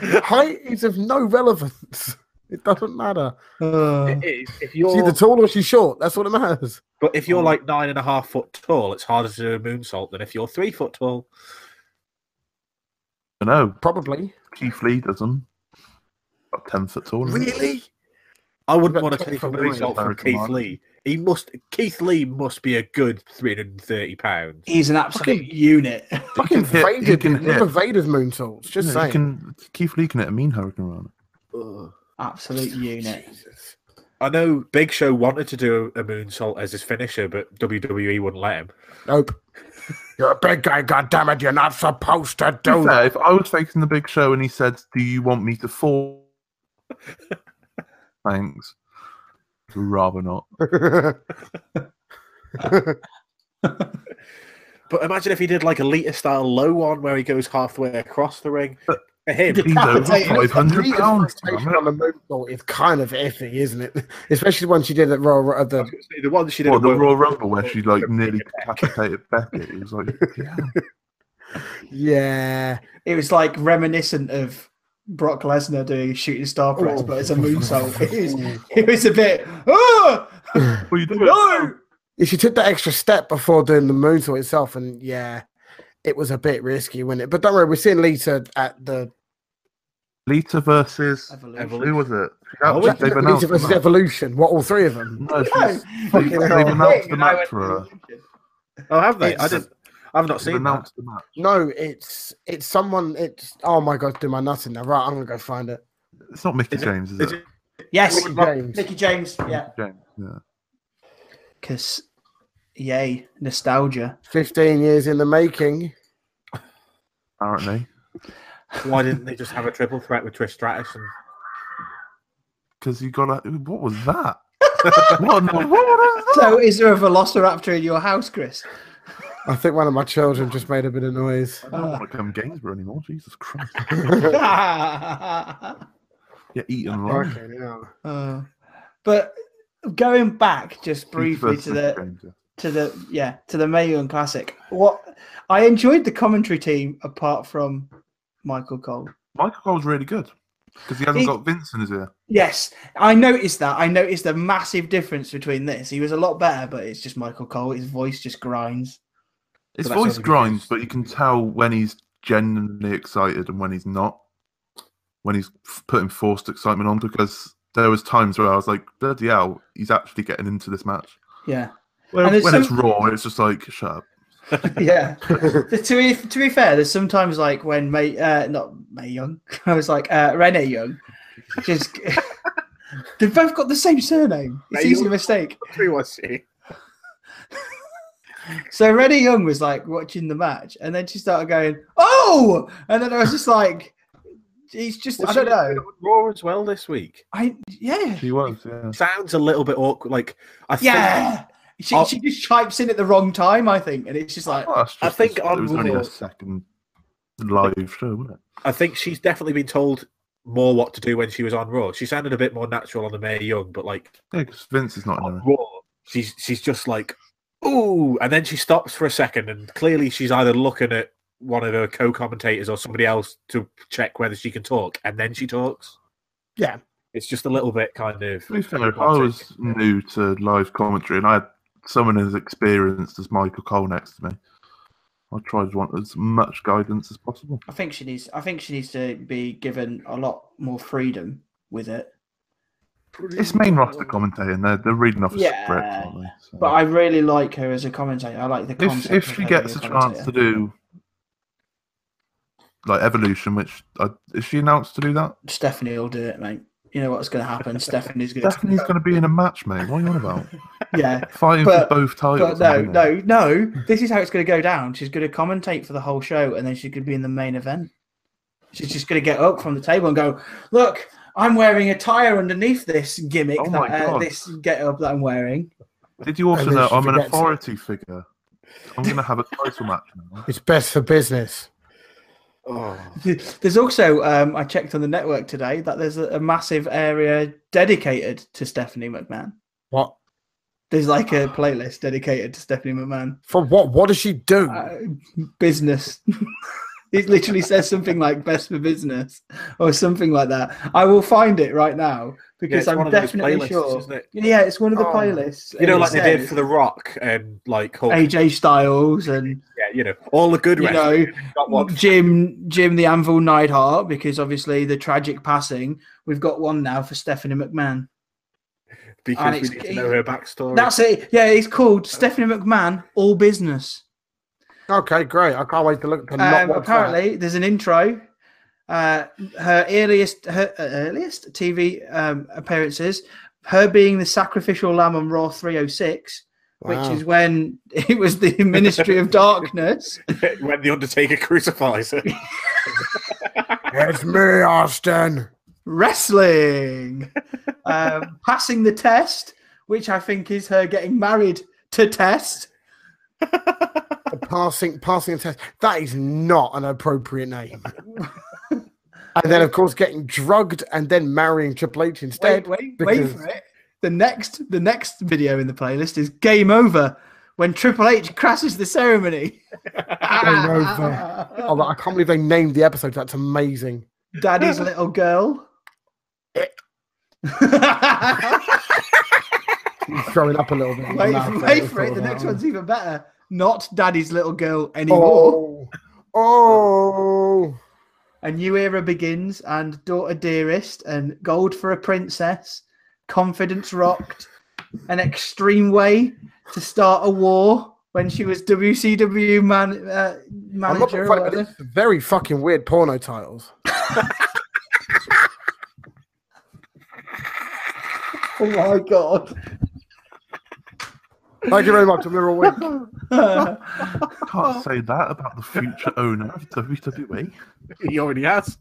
C: Height is of no relevance. It doesn't matter.
A: Uh,
B: It is. If
C: She's
B: you're,
C: either tall or she's short. That's all that matters.
B: but if you're like nine and a half foot tall, it's harder to do a moonsault than if you're three foot tall.
D: I know.
C: Probably.
D: Keith Lee does them. About ten foot tall. isn't he?
C: Really?
B: I wouldn't
C: But
B: want to
C: Keith
B: take a
C: Lee-
B: moonsault from
D: American
B: Keith
D: market.
B: Lee. He must. Keith Lee must be a good three hundred and thirty pounds.
A: he's an absolute unit.
C: Fucking
D: hit- he
C: Vader.
D: can
C: Remember
D: hit.
C: Vader's moonsaults. Just
D: Yeah, he
C: saying.
D: can, Keith Lee can hit a mean hurricane run.
A: absolute unit.
C: Jesus.
B: I know Big Show wanted to do a moonsault as his finisher, but WWE wouldn't let him.
C: Nope. You're a big guy, goddammit. You're not supposed to
D: To be
C: do that.
D: fair, if I was facing the big show and he said, Do you want me to fall? Thanks. I'd Rather not.
B: But imagine if he did like a liter style low one where he goes halfway across the ring. For him,
D: He's over 500 pounds. damn it.
C: on the moonsault is kind of iffy, isn't it? Especially when she did at Royal at the
B: the one she did
D: What,
B: at
D: the
B: World-
D: Royal Rumble where she like nearly decapitated Becky? It was like, yeah.
C: yeah.
A: It was like reminiscent of Brock Lesnar doing a shooting star
C: Oh.
A: press, but it's a moonsault. It was, it was a bit. Oh,
D: Well, you do
A: no!
C: If she took that extra step before doing the moonsault itself, and yeah, it was a bit risky, wasn't it? But don't worry, we're seeing Lita at the
D: Lita versus
A: Evolution.
D: who was it?
B: Oh,
D: Actually, they've announced
C: Lita
D: the
C: versus
D: match.
C: Evolution. What all three of them?
D: No,
A: No,
D: she's-
A: fucking
D: they've
A: hell.
D: announced the
A: And I
D: match for her.
A: went,
B: Oh, have they? I
C: It's-
B: didn't. I've not
D: they've
B: seen that.
D: announced the match.
C: No, it's it's someone. It's oh my god, do my nothing now. Right, I'm gonna go find it.
D: It's not Mickey
B: Is it-
D: James, is
B: Is
D: it?
B: it-
A: Yes,
C: Mickey James.
A: Mickey James. Yeah,
D: James, yeah.
A: because yay, nostalgia.
C: Fifteen years in the making.
D: Apparently,
B: Why didn't they just have a triple threat with Trish Stratus? And...
D: because you got to What was that? what, no, what was that?
A: So, is there a velociraptor in your house, Chris?
C: I think one of my children just made a bit of noise.
D: I don't want to come Gainsborough anymore. Jesus Christ!
A: uh,
D: Yeah, eating like
C: Okay, yeah.
A: but going back just
D: Lita
A: briefly
D: versus
A: to
D: Mickey
A: the
D: James, yeah.
A: to the yeah to the Mayun Classic. What I enjoyed the commentary team apart from Michael Cole.
D: Michael Cole's really good because he hasn't
A: He-
D: got Vince in his ear.
A: Yes, I noticed that. I noticed a massive difference between this. He was a lot better, but it's just Michael Cole. His voice just grinds.
D: His
B: But that's
D: voice
B: only
D: grinds,
B: because-
D: but you can tell when he's genuinely excited and when he's not. When he's f- putting forced excitement on, because there was times where I was like, "Bloody hell, he's actually getting into this match."
A: Yeah,
D: When,
A: And there's
D: when it's
A: some-
D: raw, it's just like, "Shut up."
A: yeah. The- to be to be fair, there's sometimes like when May uh, not May Young, I was like uh, Renee Young. Just they've both got the same surname. It's
B: Mae
A: easy
B: Young.
A: mistake.
B: Who was she?
A: So Renee Young was like watching the match, and then she started going, "Oh!" And then I was just like, "He's just I don't know."
B: Raw as well this week.
A: I yeah
D: He was, yeah.
B: Sounds a little bit awkward. Like I think,
A: yeah. She,
B: Oh.
A: she just types in at the wrong time, I think, and it's just like,
D: Well, Oh, that's
B: I
D: just-
B: think
D: it
B: on
D: was only
B: Raw-
D: a second live show, wasn't it?
B: I think she's definitely been told more what to do when she was on Raw. She sounded a bit more natural on the May Young, but like
D: Yeah, because Vince is not in
B: on
D: there.
B: Oh, Raw, she's she's just like, ooh, and then she stops for a second, and clearly she's either looking at one of her co-commentators or somebody else to check whether she can talk, and then she talks.
C: Yeah.
B: it's just a little bit kind of.
D: To be fair, if I was new to live commentary and I had someone as experienced as Michael Cole next to me, I tried to want as much guidance as possible.
A: I think she needs, I think she needs to be given a lot more freedom with it.
D: It's main roster commentating. They're they're reading off a
A: Yeah.
D: script, aren't they? So-
A: But I really like her as a commentator. I like the
D: if
A: concept.
D: if
A: of
D: she
A: her
D: gets a
A: being
D: chance to
A: commentator.
D: do like evolution, which I, is she announced to do that?
A: Stephanie will do it, mate. You know what's going to happen. Stephanie's going to,
D: Stephanie's going to be in a match, mate. What are you on about?
A: yeah.
D: Fighting
A: But-
D: for both
A: But
D: titles.
A: no,
D: isn't it?
A: no, no. This is how it's going to go down. She's going to commentate for the whole show, and then she's going to be in the main event. She's just going to get up from the table and go, "Look, I'm wearing a tire underneath this gimmick,
D: Oh my
A: that, uh,
D: God.
A: this get up that I'm wearing."
D: Did you also
C: And then
D: know
C: she
D: I'm an
C: forgets it.
D: authority figure? I'm going to have a title match now.
C: It's best for business.
B: Oh.
A: There's also, um, I checked on the network today that there's a, a massive area dedicated to Stephanie McMahon.
C: What
A: There's like a playlist dedicated to Stephanie McMahon.
C: for? What? What does she do?
A: Uh, business. it literally says something like "best for business" or something like that. I will find it right now
B: Yeah,
A: because
B: it's one
A: I'm
B: of those
A: definitely
B: playlists,
A: sure.
B: isn't it?
A: Yeah, it's one of the
C: Oh.
A: playlists.
B: You know,
A: and it
B: like they did
A: says
B: for The Rock and like Hulk.
A: AJ Styles and
B: Yeah, you know, all the good
A: you
B: wrestlers.
A: know
B: Got one.
A: Jim Jim the Anvil Neidhart because obviously the tragic passing. We've got one now for Stephanie McMahon. and
B: because we
A: it's-
B: need to know her backstory.
A: That's it. Yeah, it's called Stephanie McMahon All Business.
C: Okay, great. I can't wait to look. To not
A: Um,
C: watch that.
A: apparently, there's an intro. Uh, her earliest, her earliest TV um, appearances her being the sacrificial lamb on Raw 306,
C: Wow.
A: which is when it was the Ministry of Darkness.
B: when the Undertaker crucifies her.
C: it's me, Austin.
A: wrestling, um, passing the test, which I think is her getting married to test.
C: Passing, passing a test. That is not an appropriate name. and then, of course, getting drugged and then marrying Triple H instead.
A: Wait, wait, wait
C: because-
A: for it. The next, the next video in the playlist is "Game Over" when Triple H crashes the ceremony.
C: Game over. Oh, I can't believe they named the episode. That's amazing.
A: Daddy's little girl.
C: Throwing up a little bit.
A: wait,
C: Nah,
A: wait
C: that's
A: for it.
C: all
A: The
C: about
A: next
C: it.
A: one's even better. Not Daddy's little girl anymore.
C: Oh, oh,
A: A new era begins, and daughter dearest, and gold for a princess, confidence rocked, an extreme way to start a war when she was WCW man uh,
C: I'm not
A: manager.
C: being
A: or
C: funny, but
A: whatever.
C: it's very fucking weird porno titles.
A: Oh my god!
C: Thank you very much. Remember week.
D: Can't say that about the future owner of E. WWE.
B: he already has.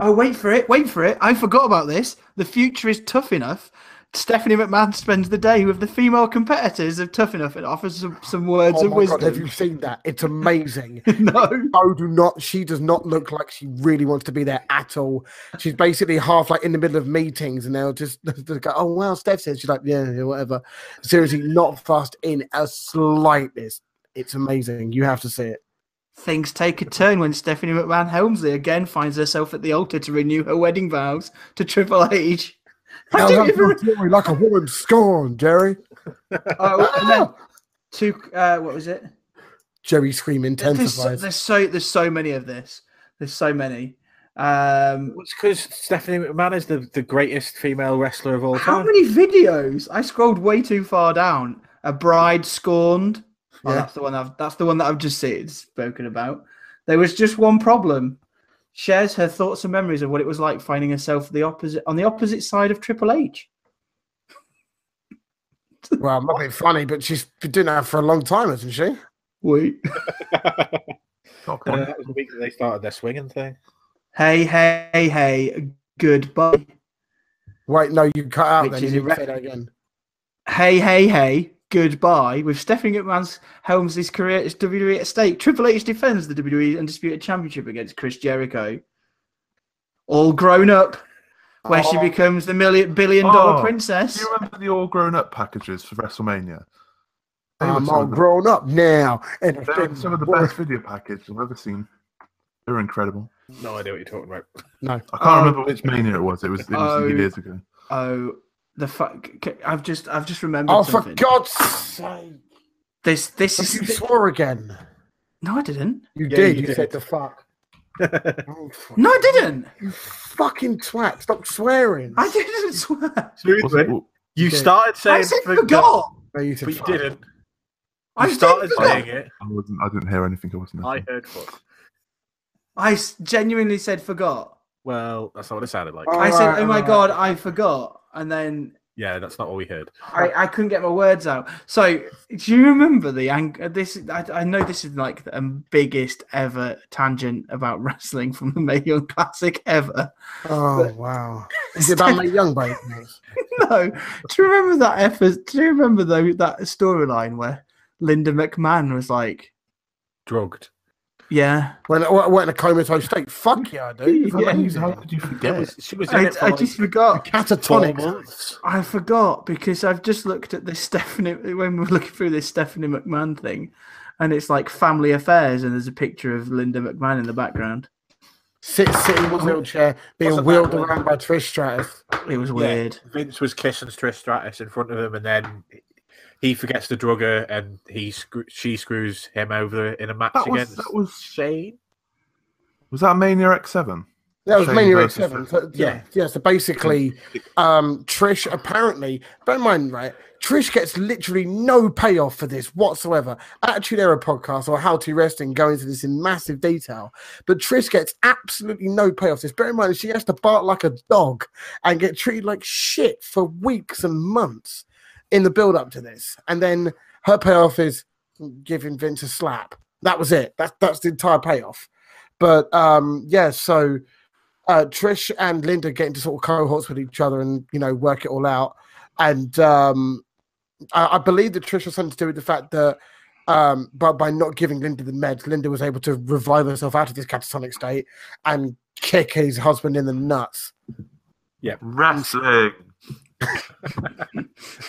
A: oh, wait for it! Wait for it! I forgot about this. The future is tough enough. Stephanie McMahon spends the day with the female competitors of Tough Enough and offers some, some words
C: Oh
A: of
C: my god, have you
A: wisdom.
C: seen that? It's amazing.
A: no,
C: Oh, do not. She does not look like she really wants to be there at all. She's basically half like in the middle of meetings, and they'll just they'll go, "Oh wow, Steph says." She's like, "Yeah, yeah, whatever." Seriously, not fast in a slightest. It's amazing. You have to see it.
A: Things take a turn when Stephanie McMahon Helmsley again finds herself at the altar to renew her wedding vows to Triple H. I
C: Now
A: didn't
C: that's
A: even.
C: your glory, like a woman scorned, Jerry.
A: Oh, and then two. Uh, what was it?
C: Jerry's scream
A: There's, so-
C: intensifies.
A: there's so there's so many of this. There's so many. Um,
B: It's because Stephanie McMahon is the, the greatest female wrestler of all
A: how
B: time.
A: many videos? I scrolled way too far down. A bride scorned. Oh,
C: Yeah.
A: that's the one. I've, that's the one that I've just said, spoken about. There was just one problem. Shares her thoughts and memories of what it was like finding herself the opposite on the opposite side of Triple H.
C: Well, it might be funny, but she's been doing that for a long time, hasn't she?
A: Wait.
D: Top
B: Uh,
D: one.
B: that was the week that they started their swinging thing.
A: Hey, hey, hey, goodbye.
C: Wait, no, you cut out.
A: Which
C: Then
A: is
C: you need to say
A: irrelevant.
C: that again.
A: Hey, hey, hey, goodbye. With Stephanie McMahon's Helmsley's career as WWE at stake, Triple H defends the WWE Undisputed Championship against Chris Jericho. All grown up, where she
C: Oh.
A: becomes the million billion dollar
D: Oh.
A: princess.
D: Do you remember the all grown up packages for WrestleMania? They were
C: I'm
D: some
C: all
D: of the-
C: grown up now, and
D: they were some of the best video packages I've ever seen. They were incredible.
B: No idea what you're talking about.
C: No,
D: I can't
A: Um,
D: remember which mania it was. It was, it was
A: oh.
D: years ago.
A: Oh, the fuck! I've just, I've just remembered
C: oh for
A: something.
C: God's sake!
A: This, this
C: But you
A: is.
C: swore again.
A: No, I didn't.
C: You
B: Yeah,
C: did.
B: you
C: You,
B: did.
C: said the fuck. Oh, fuck.
A: No, I didn't.
C: You fucking twat! Stop swearing.
A: I didn't swear.
D: Was it-
B: You
C: Okay.
B: started
A: I
B: saying
A: said
B: forgot,
A: forgot.
C: No, you said
B: but you
C: fuck.
B: didn't. You
A: I said
B: started
A: forgot.
B: saying it.
D: I, wasn't, I didn't hear anything. I wasn't.
B: I
D: listening.
B: heard fuck.
A: I s- genuinely said forgot.
B: Well, that's not what it sounded like.
C: Oh.
A: I said,
C: Alright,
A: "Oh my
C: alright.
A: god, I forgot," and then
B: Yeah, that's not what we heard.
A: I, I couldn't get my words out. So, do you remember the ang- this? I, I know this is like the um, biggest ever tangent about wrestling from the Mae Young Classic ever.
C: Oh wow! Is it about my young baby?
A: no, do you remember that effort? Do you remember though that storyline where Linda McMahon was like,
B: Drugged.
A: "Yeah,
C: When I went in a comatose state. Fuck yeah, dude!
A: Yeah.
D: How
C: Amazing.
D: could you
B: It
D: forget?
B: was, she was in
A: I,
B: it for
A: I
B: like
A: just forgot."
B: four
C: Catatonic.
B: months.
A: I forgot because I've just looked at this Stephanie when we were looking through this Stephanie McMahon thing, and it's like family affairs, and there's a picture of Linda McMahon in the background.
C: Sit, sitting in a wheelchair, being
B: Wasn't that
C: wheeled
B: one?
C: around by Trish Stratus.
A: It was
B: Yeah.
A: weird.
B: Vince was kissing Trish Stratus in front of him, and then he forgets to drug her, and he screw- she screws him over in a match
D: That was-
B: against
D: that was-
B: Shane.
D: Was that Mania X7?
C: That was
D: Shane
C: mainly Raw
D: versus
C: Seven.
D: Trish.
C: So, yeah,
B: Yeah.
C: yeah. So basically, um, Trish apparently, bear in mind, right? Trish gets literally no payoff for this whatsoever. Attitude Era podcast or How to Wrestling go into this in massive detail, but Trish gets absolutely no payoff. This bear in mind, she has to bark like a dog and get treated like shit for weeks and months in the build up to this, and then her payoff is giving Vince a slap. That was it. That's that's the entire payoff. But um, yeah, so uh, Trish and Linda get into sort of cohorts with each other and you know work it all out. And um, I, I believe that Trish was something to do with the fact that um, by, by not giving Linda the meds, Linda was able to revive herself out of this catatonic state and kick his husband in the nuts.
D: Wrestling.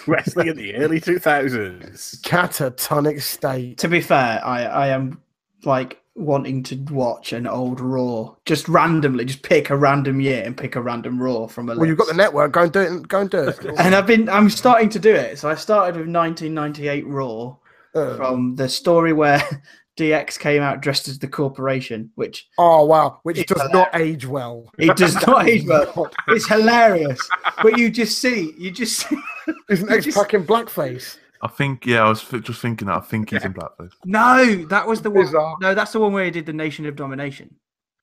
B: Wrestling in the early 2000s.
C: Catatonic state.
A: To be fair, I, I am like wanting to watch an old Raw just randomly, just pick a random year and pick a random Raw from a list.
C: Well, you've got the network. Go and do it. Go and do it.
A: and uh, I've been I'm starting to do it. So I started with 1998 Raw
C: Uh,
A: from the story where DX came out dressed as the Corporation, which
C: oh wow, which
A: It's
C: does not age well.
A: it does not age well. It's hilarious, but you just see, you just see.
C: It's an ex pack in blackface.
D: I think, yeah, I was fi- just thinking that. I think he's in Blackface.
A: No, that was the one.
C: Bizarre.
A: No, that's the one where he did the Nation of Domination.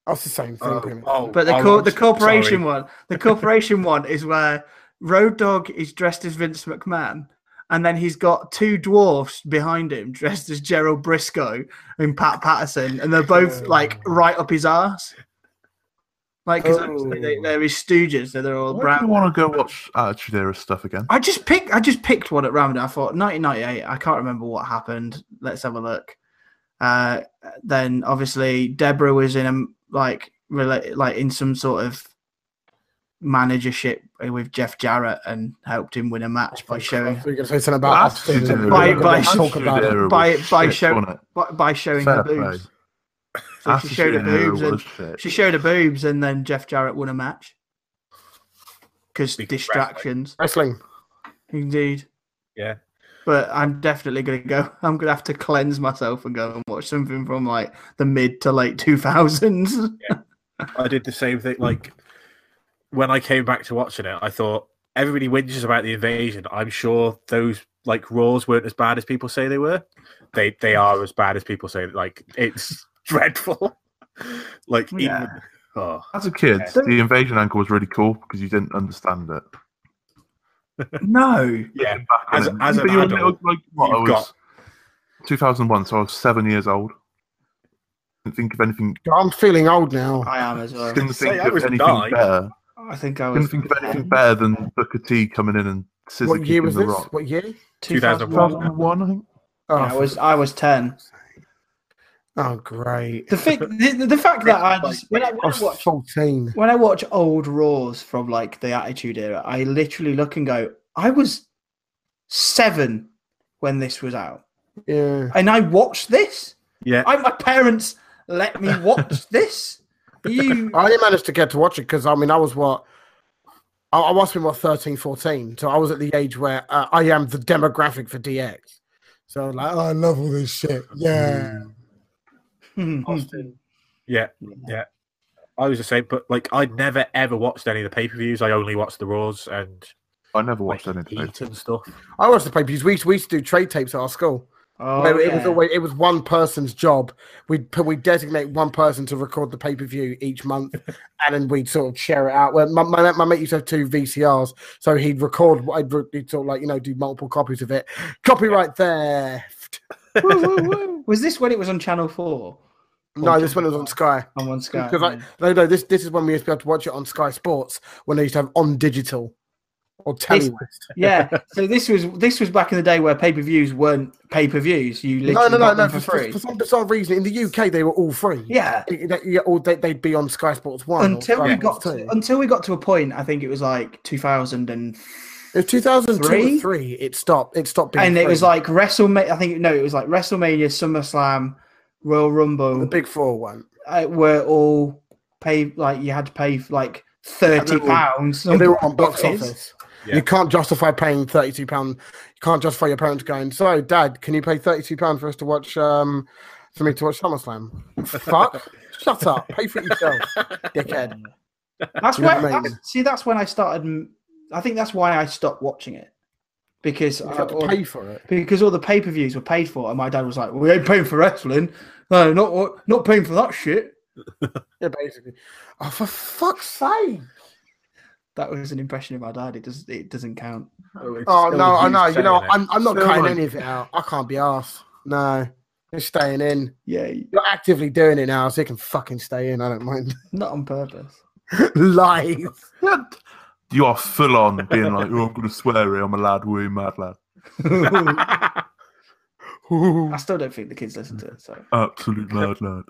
C: That's the same thing. pretty much.
A: But the
B: oh,
A: cor-
B: I'm
A: the
B: so-
A: corporation
B: sorry.
A: one, the corporation one is where Road Dog is dressed as Vince McMahon, and then he's got two dwarfs behind him dressed as Gerald Briscoe and Pat Patterson, and they're both like right up his arse. Like, because they,
C: Oh.
A: they're his stooges, so they're all
D: Why do
A: brown.
D: you want to go watch Attitude Era stuff again?
A: I just picked. I just picked one at random. I thought 1998. I can't remember what happened. Let's have a look. Uh, then obviously Deborah was in a like rela- like in some sort of managership with Jeff Jarrett and helped him win a match by showing
C: So you're gonna say something about
D: Attitude Era.
A: By-
C: We're
A: by-
C: gonna talk about it.
D: Attitude Era was
A: by- by
D: shit,
A: show-
D: wasn't it?
A: by, by showing
D: Fair
A: her
D: play.
A: boobs. So she showed her
D: Attitude Era
A: boobs and
D: was shit.
A: she showed her boobs, and then Jeff Jarrett won a match because
B: Because
A: distractions.
C: Wrestling.
A: Indeed.
B: Yeah.
A: But I'm definitely gonna go. I'm gonna have to cleanse myself and go and watch something from like the mid to late two thousands.
B: I did the same thing. Like when I came back to watching it, I thought everybody whinges about the invasion. I'm sure those like roars weren't as bad as people say they were. They they are as bad as people say. Like it's dreadful. like even
A: Yeah.
B: oh,
D: As a kid,
B: Yeah.
D: the invasion angle was really cool because you didn't understand it.
A: no.
B: yeah.
D: Back
B: As-
D: then-
B: as
D: but
B: an
D: you were
B: adult,
D: little, like, what, I
B: you've
D: was
B: got-
D: 2001, so I was seven years old. Didn't think of anything.
C: I'm feeling old now.
A: I am as well.
D: Didn't
B: say
D: think
B: I
D: of
B: was
D: anything
B: nine.
D: better.
A: I think I was.
D: Couldn't think of anything better than Booker T coming in and scissor
C: What year
D: kicking
C: was
D: the
C: this?
D: rock.
C: What year?
B: 2001.
D: 2001, I think.
C: Oh,
A: I was. I was ten.
C: oh great.
A: The, fi- the, the fact that I just, when I,
C: I
A: when I
C: was
A: watch
C: 14.
A: when I watch old Raws from like the Attitude Era, I literally look and go, I was seven when this was out,
C: Yeah.
A: and I watched this.
B: yeah.
A: I, my parents let me watch this. You
C: I only managed to get to watch it because I mean I was what I, I must have been what 13, 14. So I was at the age where uh, I am the demographic for DX. So I was like, oh, I love all this shit. Yeah.
A: Mm. Hmm, hmm.
B: Yeah, yeah. I was the same, but like I'd never ever watched any of the pay per views. I only watched the Raws and
D: I never
B: like,
D: watched anything.
B: Heat and stuff.
C: I watched the pay per views. We used, we used to do trade tapes at our school.
A: Oh,
C: Where it was
A: yeah.
C: always it was one person's job. We'd put we designate one person to record the pay per view each month, and then we'd sort of share it out. Well, my, my, my mate used to have two VCRs, so he'd record. I'd re- he'd sort of like you know do multiple copies of it. Copyright theft.
A: Woo, woo, woo. was this when it was on Channel Four?
C: No, this one was on Sky.
A: I'm on Sky.
C: Because I no no this this is when we used to be able to watch it on Sky Sports when they used to have on digital or
A: This-
C: Telewest.
A: yeah, so this was this was back in the day where pay per views weren't pay per views. You
C: No
A: literally
C: no no
A: got
C: no
A: them
C: for,
A: for
C: for,
A: free.
C: for some bizarre reason in the UK they were all free.
A: Yeah,
C: They- they- yeah, or they, they'd be on Sky Sports One or
A: until
C: Sky
A: we
C: Sports
A: got to,
C: Two.
A: until we got to a point. I think it was like 2000 and
C: It was 2002
A: Three?
C: or three. It stopped. It stopped being.
A: and it was
C: free.
A: like WrestleMania. I think no, it was like WrestleMania, SummerSlam, Royal Rumble.
C: the Big Four one.
A: uh, were all pay like you had to pay like thirty
C: And they were-
A: pounds.
C: And they were on box
A: Oh, boxes.
C: office.
B: Yeah.
C: You can't justify paying thirty-two pound. You can't justify your parents going. So, Dad, can you pay thirty-two pound for us to watch? Um, for me to watch SummerSlam. Fuck! Shut up! Pay for it yourself, dickhead.
A: That's
C: You know
A: when
C: what I mean?
A: that's- see. That's when I started. m- I think that's why I stopped watching it because
C: You
A: I-
C: have to
A: or-
C: pay for it.
A: because all the pay per views were paid for, and my dad was like, "We ain't paying for wrestling. No, not not paying for that shit."
C: Yeah, basically. Oh, for fuck's sake!
A: That was an impression of my dad. It does. It doesn't count.
C: Oh no, I know. You know,
B: saying it.
C: I'm, I'm not
D: Still
C: cutting
D: like-
C: any of it out. I can't be arsed. No, it's staying in.
A: Yeah,
C: You're actively doing it now, so it can fucking stay in. I don't mind.
A: not on purpose.
C: Lies.
D: Yeah, You are full on being like, oh, I'm going to swear here. I'm a lad, we mad lad.
A: I
C: Ooh.
A: still don't think the kids listen to it. So,
D: Absolute mad lad.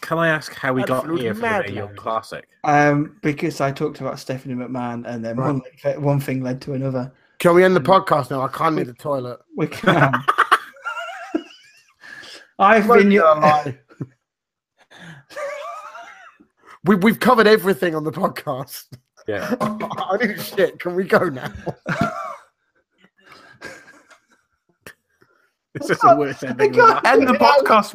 B: Can I ask how we got
C: Absolute
B: here for the
C: mad
B: Mae Young
C: lad.
B: Classic?
A: um, because I talked about Stephanie McMahon, and then one one thing led to another.
C: Can we end the podcast now? I can't need the toilet.
A: Um, We can. I've been.
C: We, we've covered everything on the podcast.
B: Yeah.
C: I need a shit. Can we go now?
B: This is the worst ending.
A: I can't-
B: of
D: End the podcast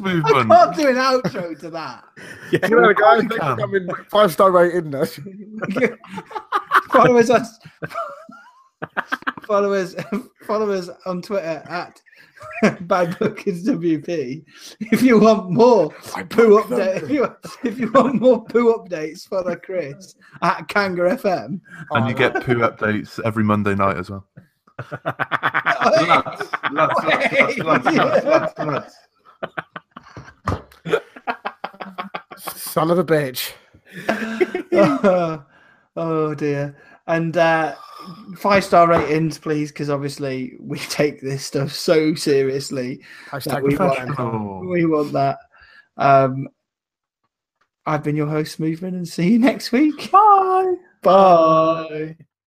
A: I
D: movement.
A: can't do an outro to that.
B: Yeah.
C: You know, guys,
D: we
C: thanks
D: can.
C: for coming. Five star rating us.
A: followers us followers followers on Twitter at Bad Bookings WP. If you want more poo update, if you, if you want more poo updates, follow Chris at Kanga FM.
D: And you get poo updates every Monday night as well. Lads, lads, lads, lads, lads, lads, lads.
C: Son of a bitch.
A: oh, dear. And uh, five star ratings, please, because obviously we take this stuff so seriously. That we
C: Hashtag
A: want.
C: fan.
D: Oh.
A: We want that. Um, I've been your host, Movement, and see you next week. Bye. Bye.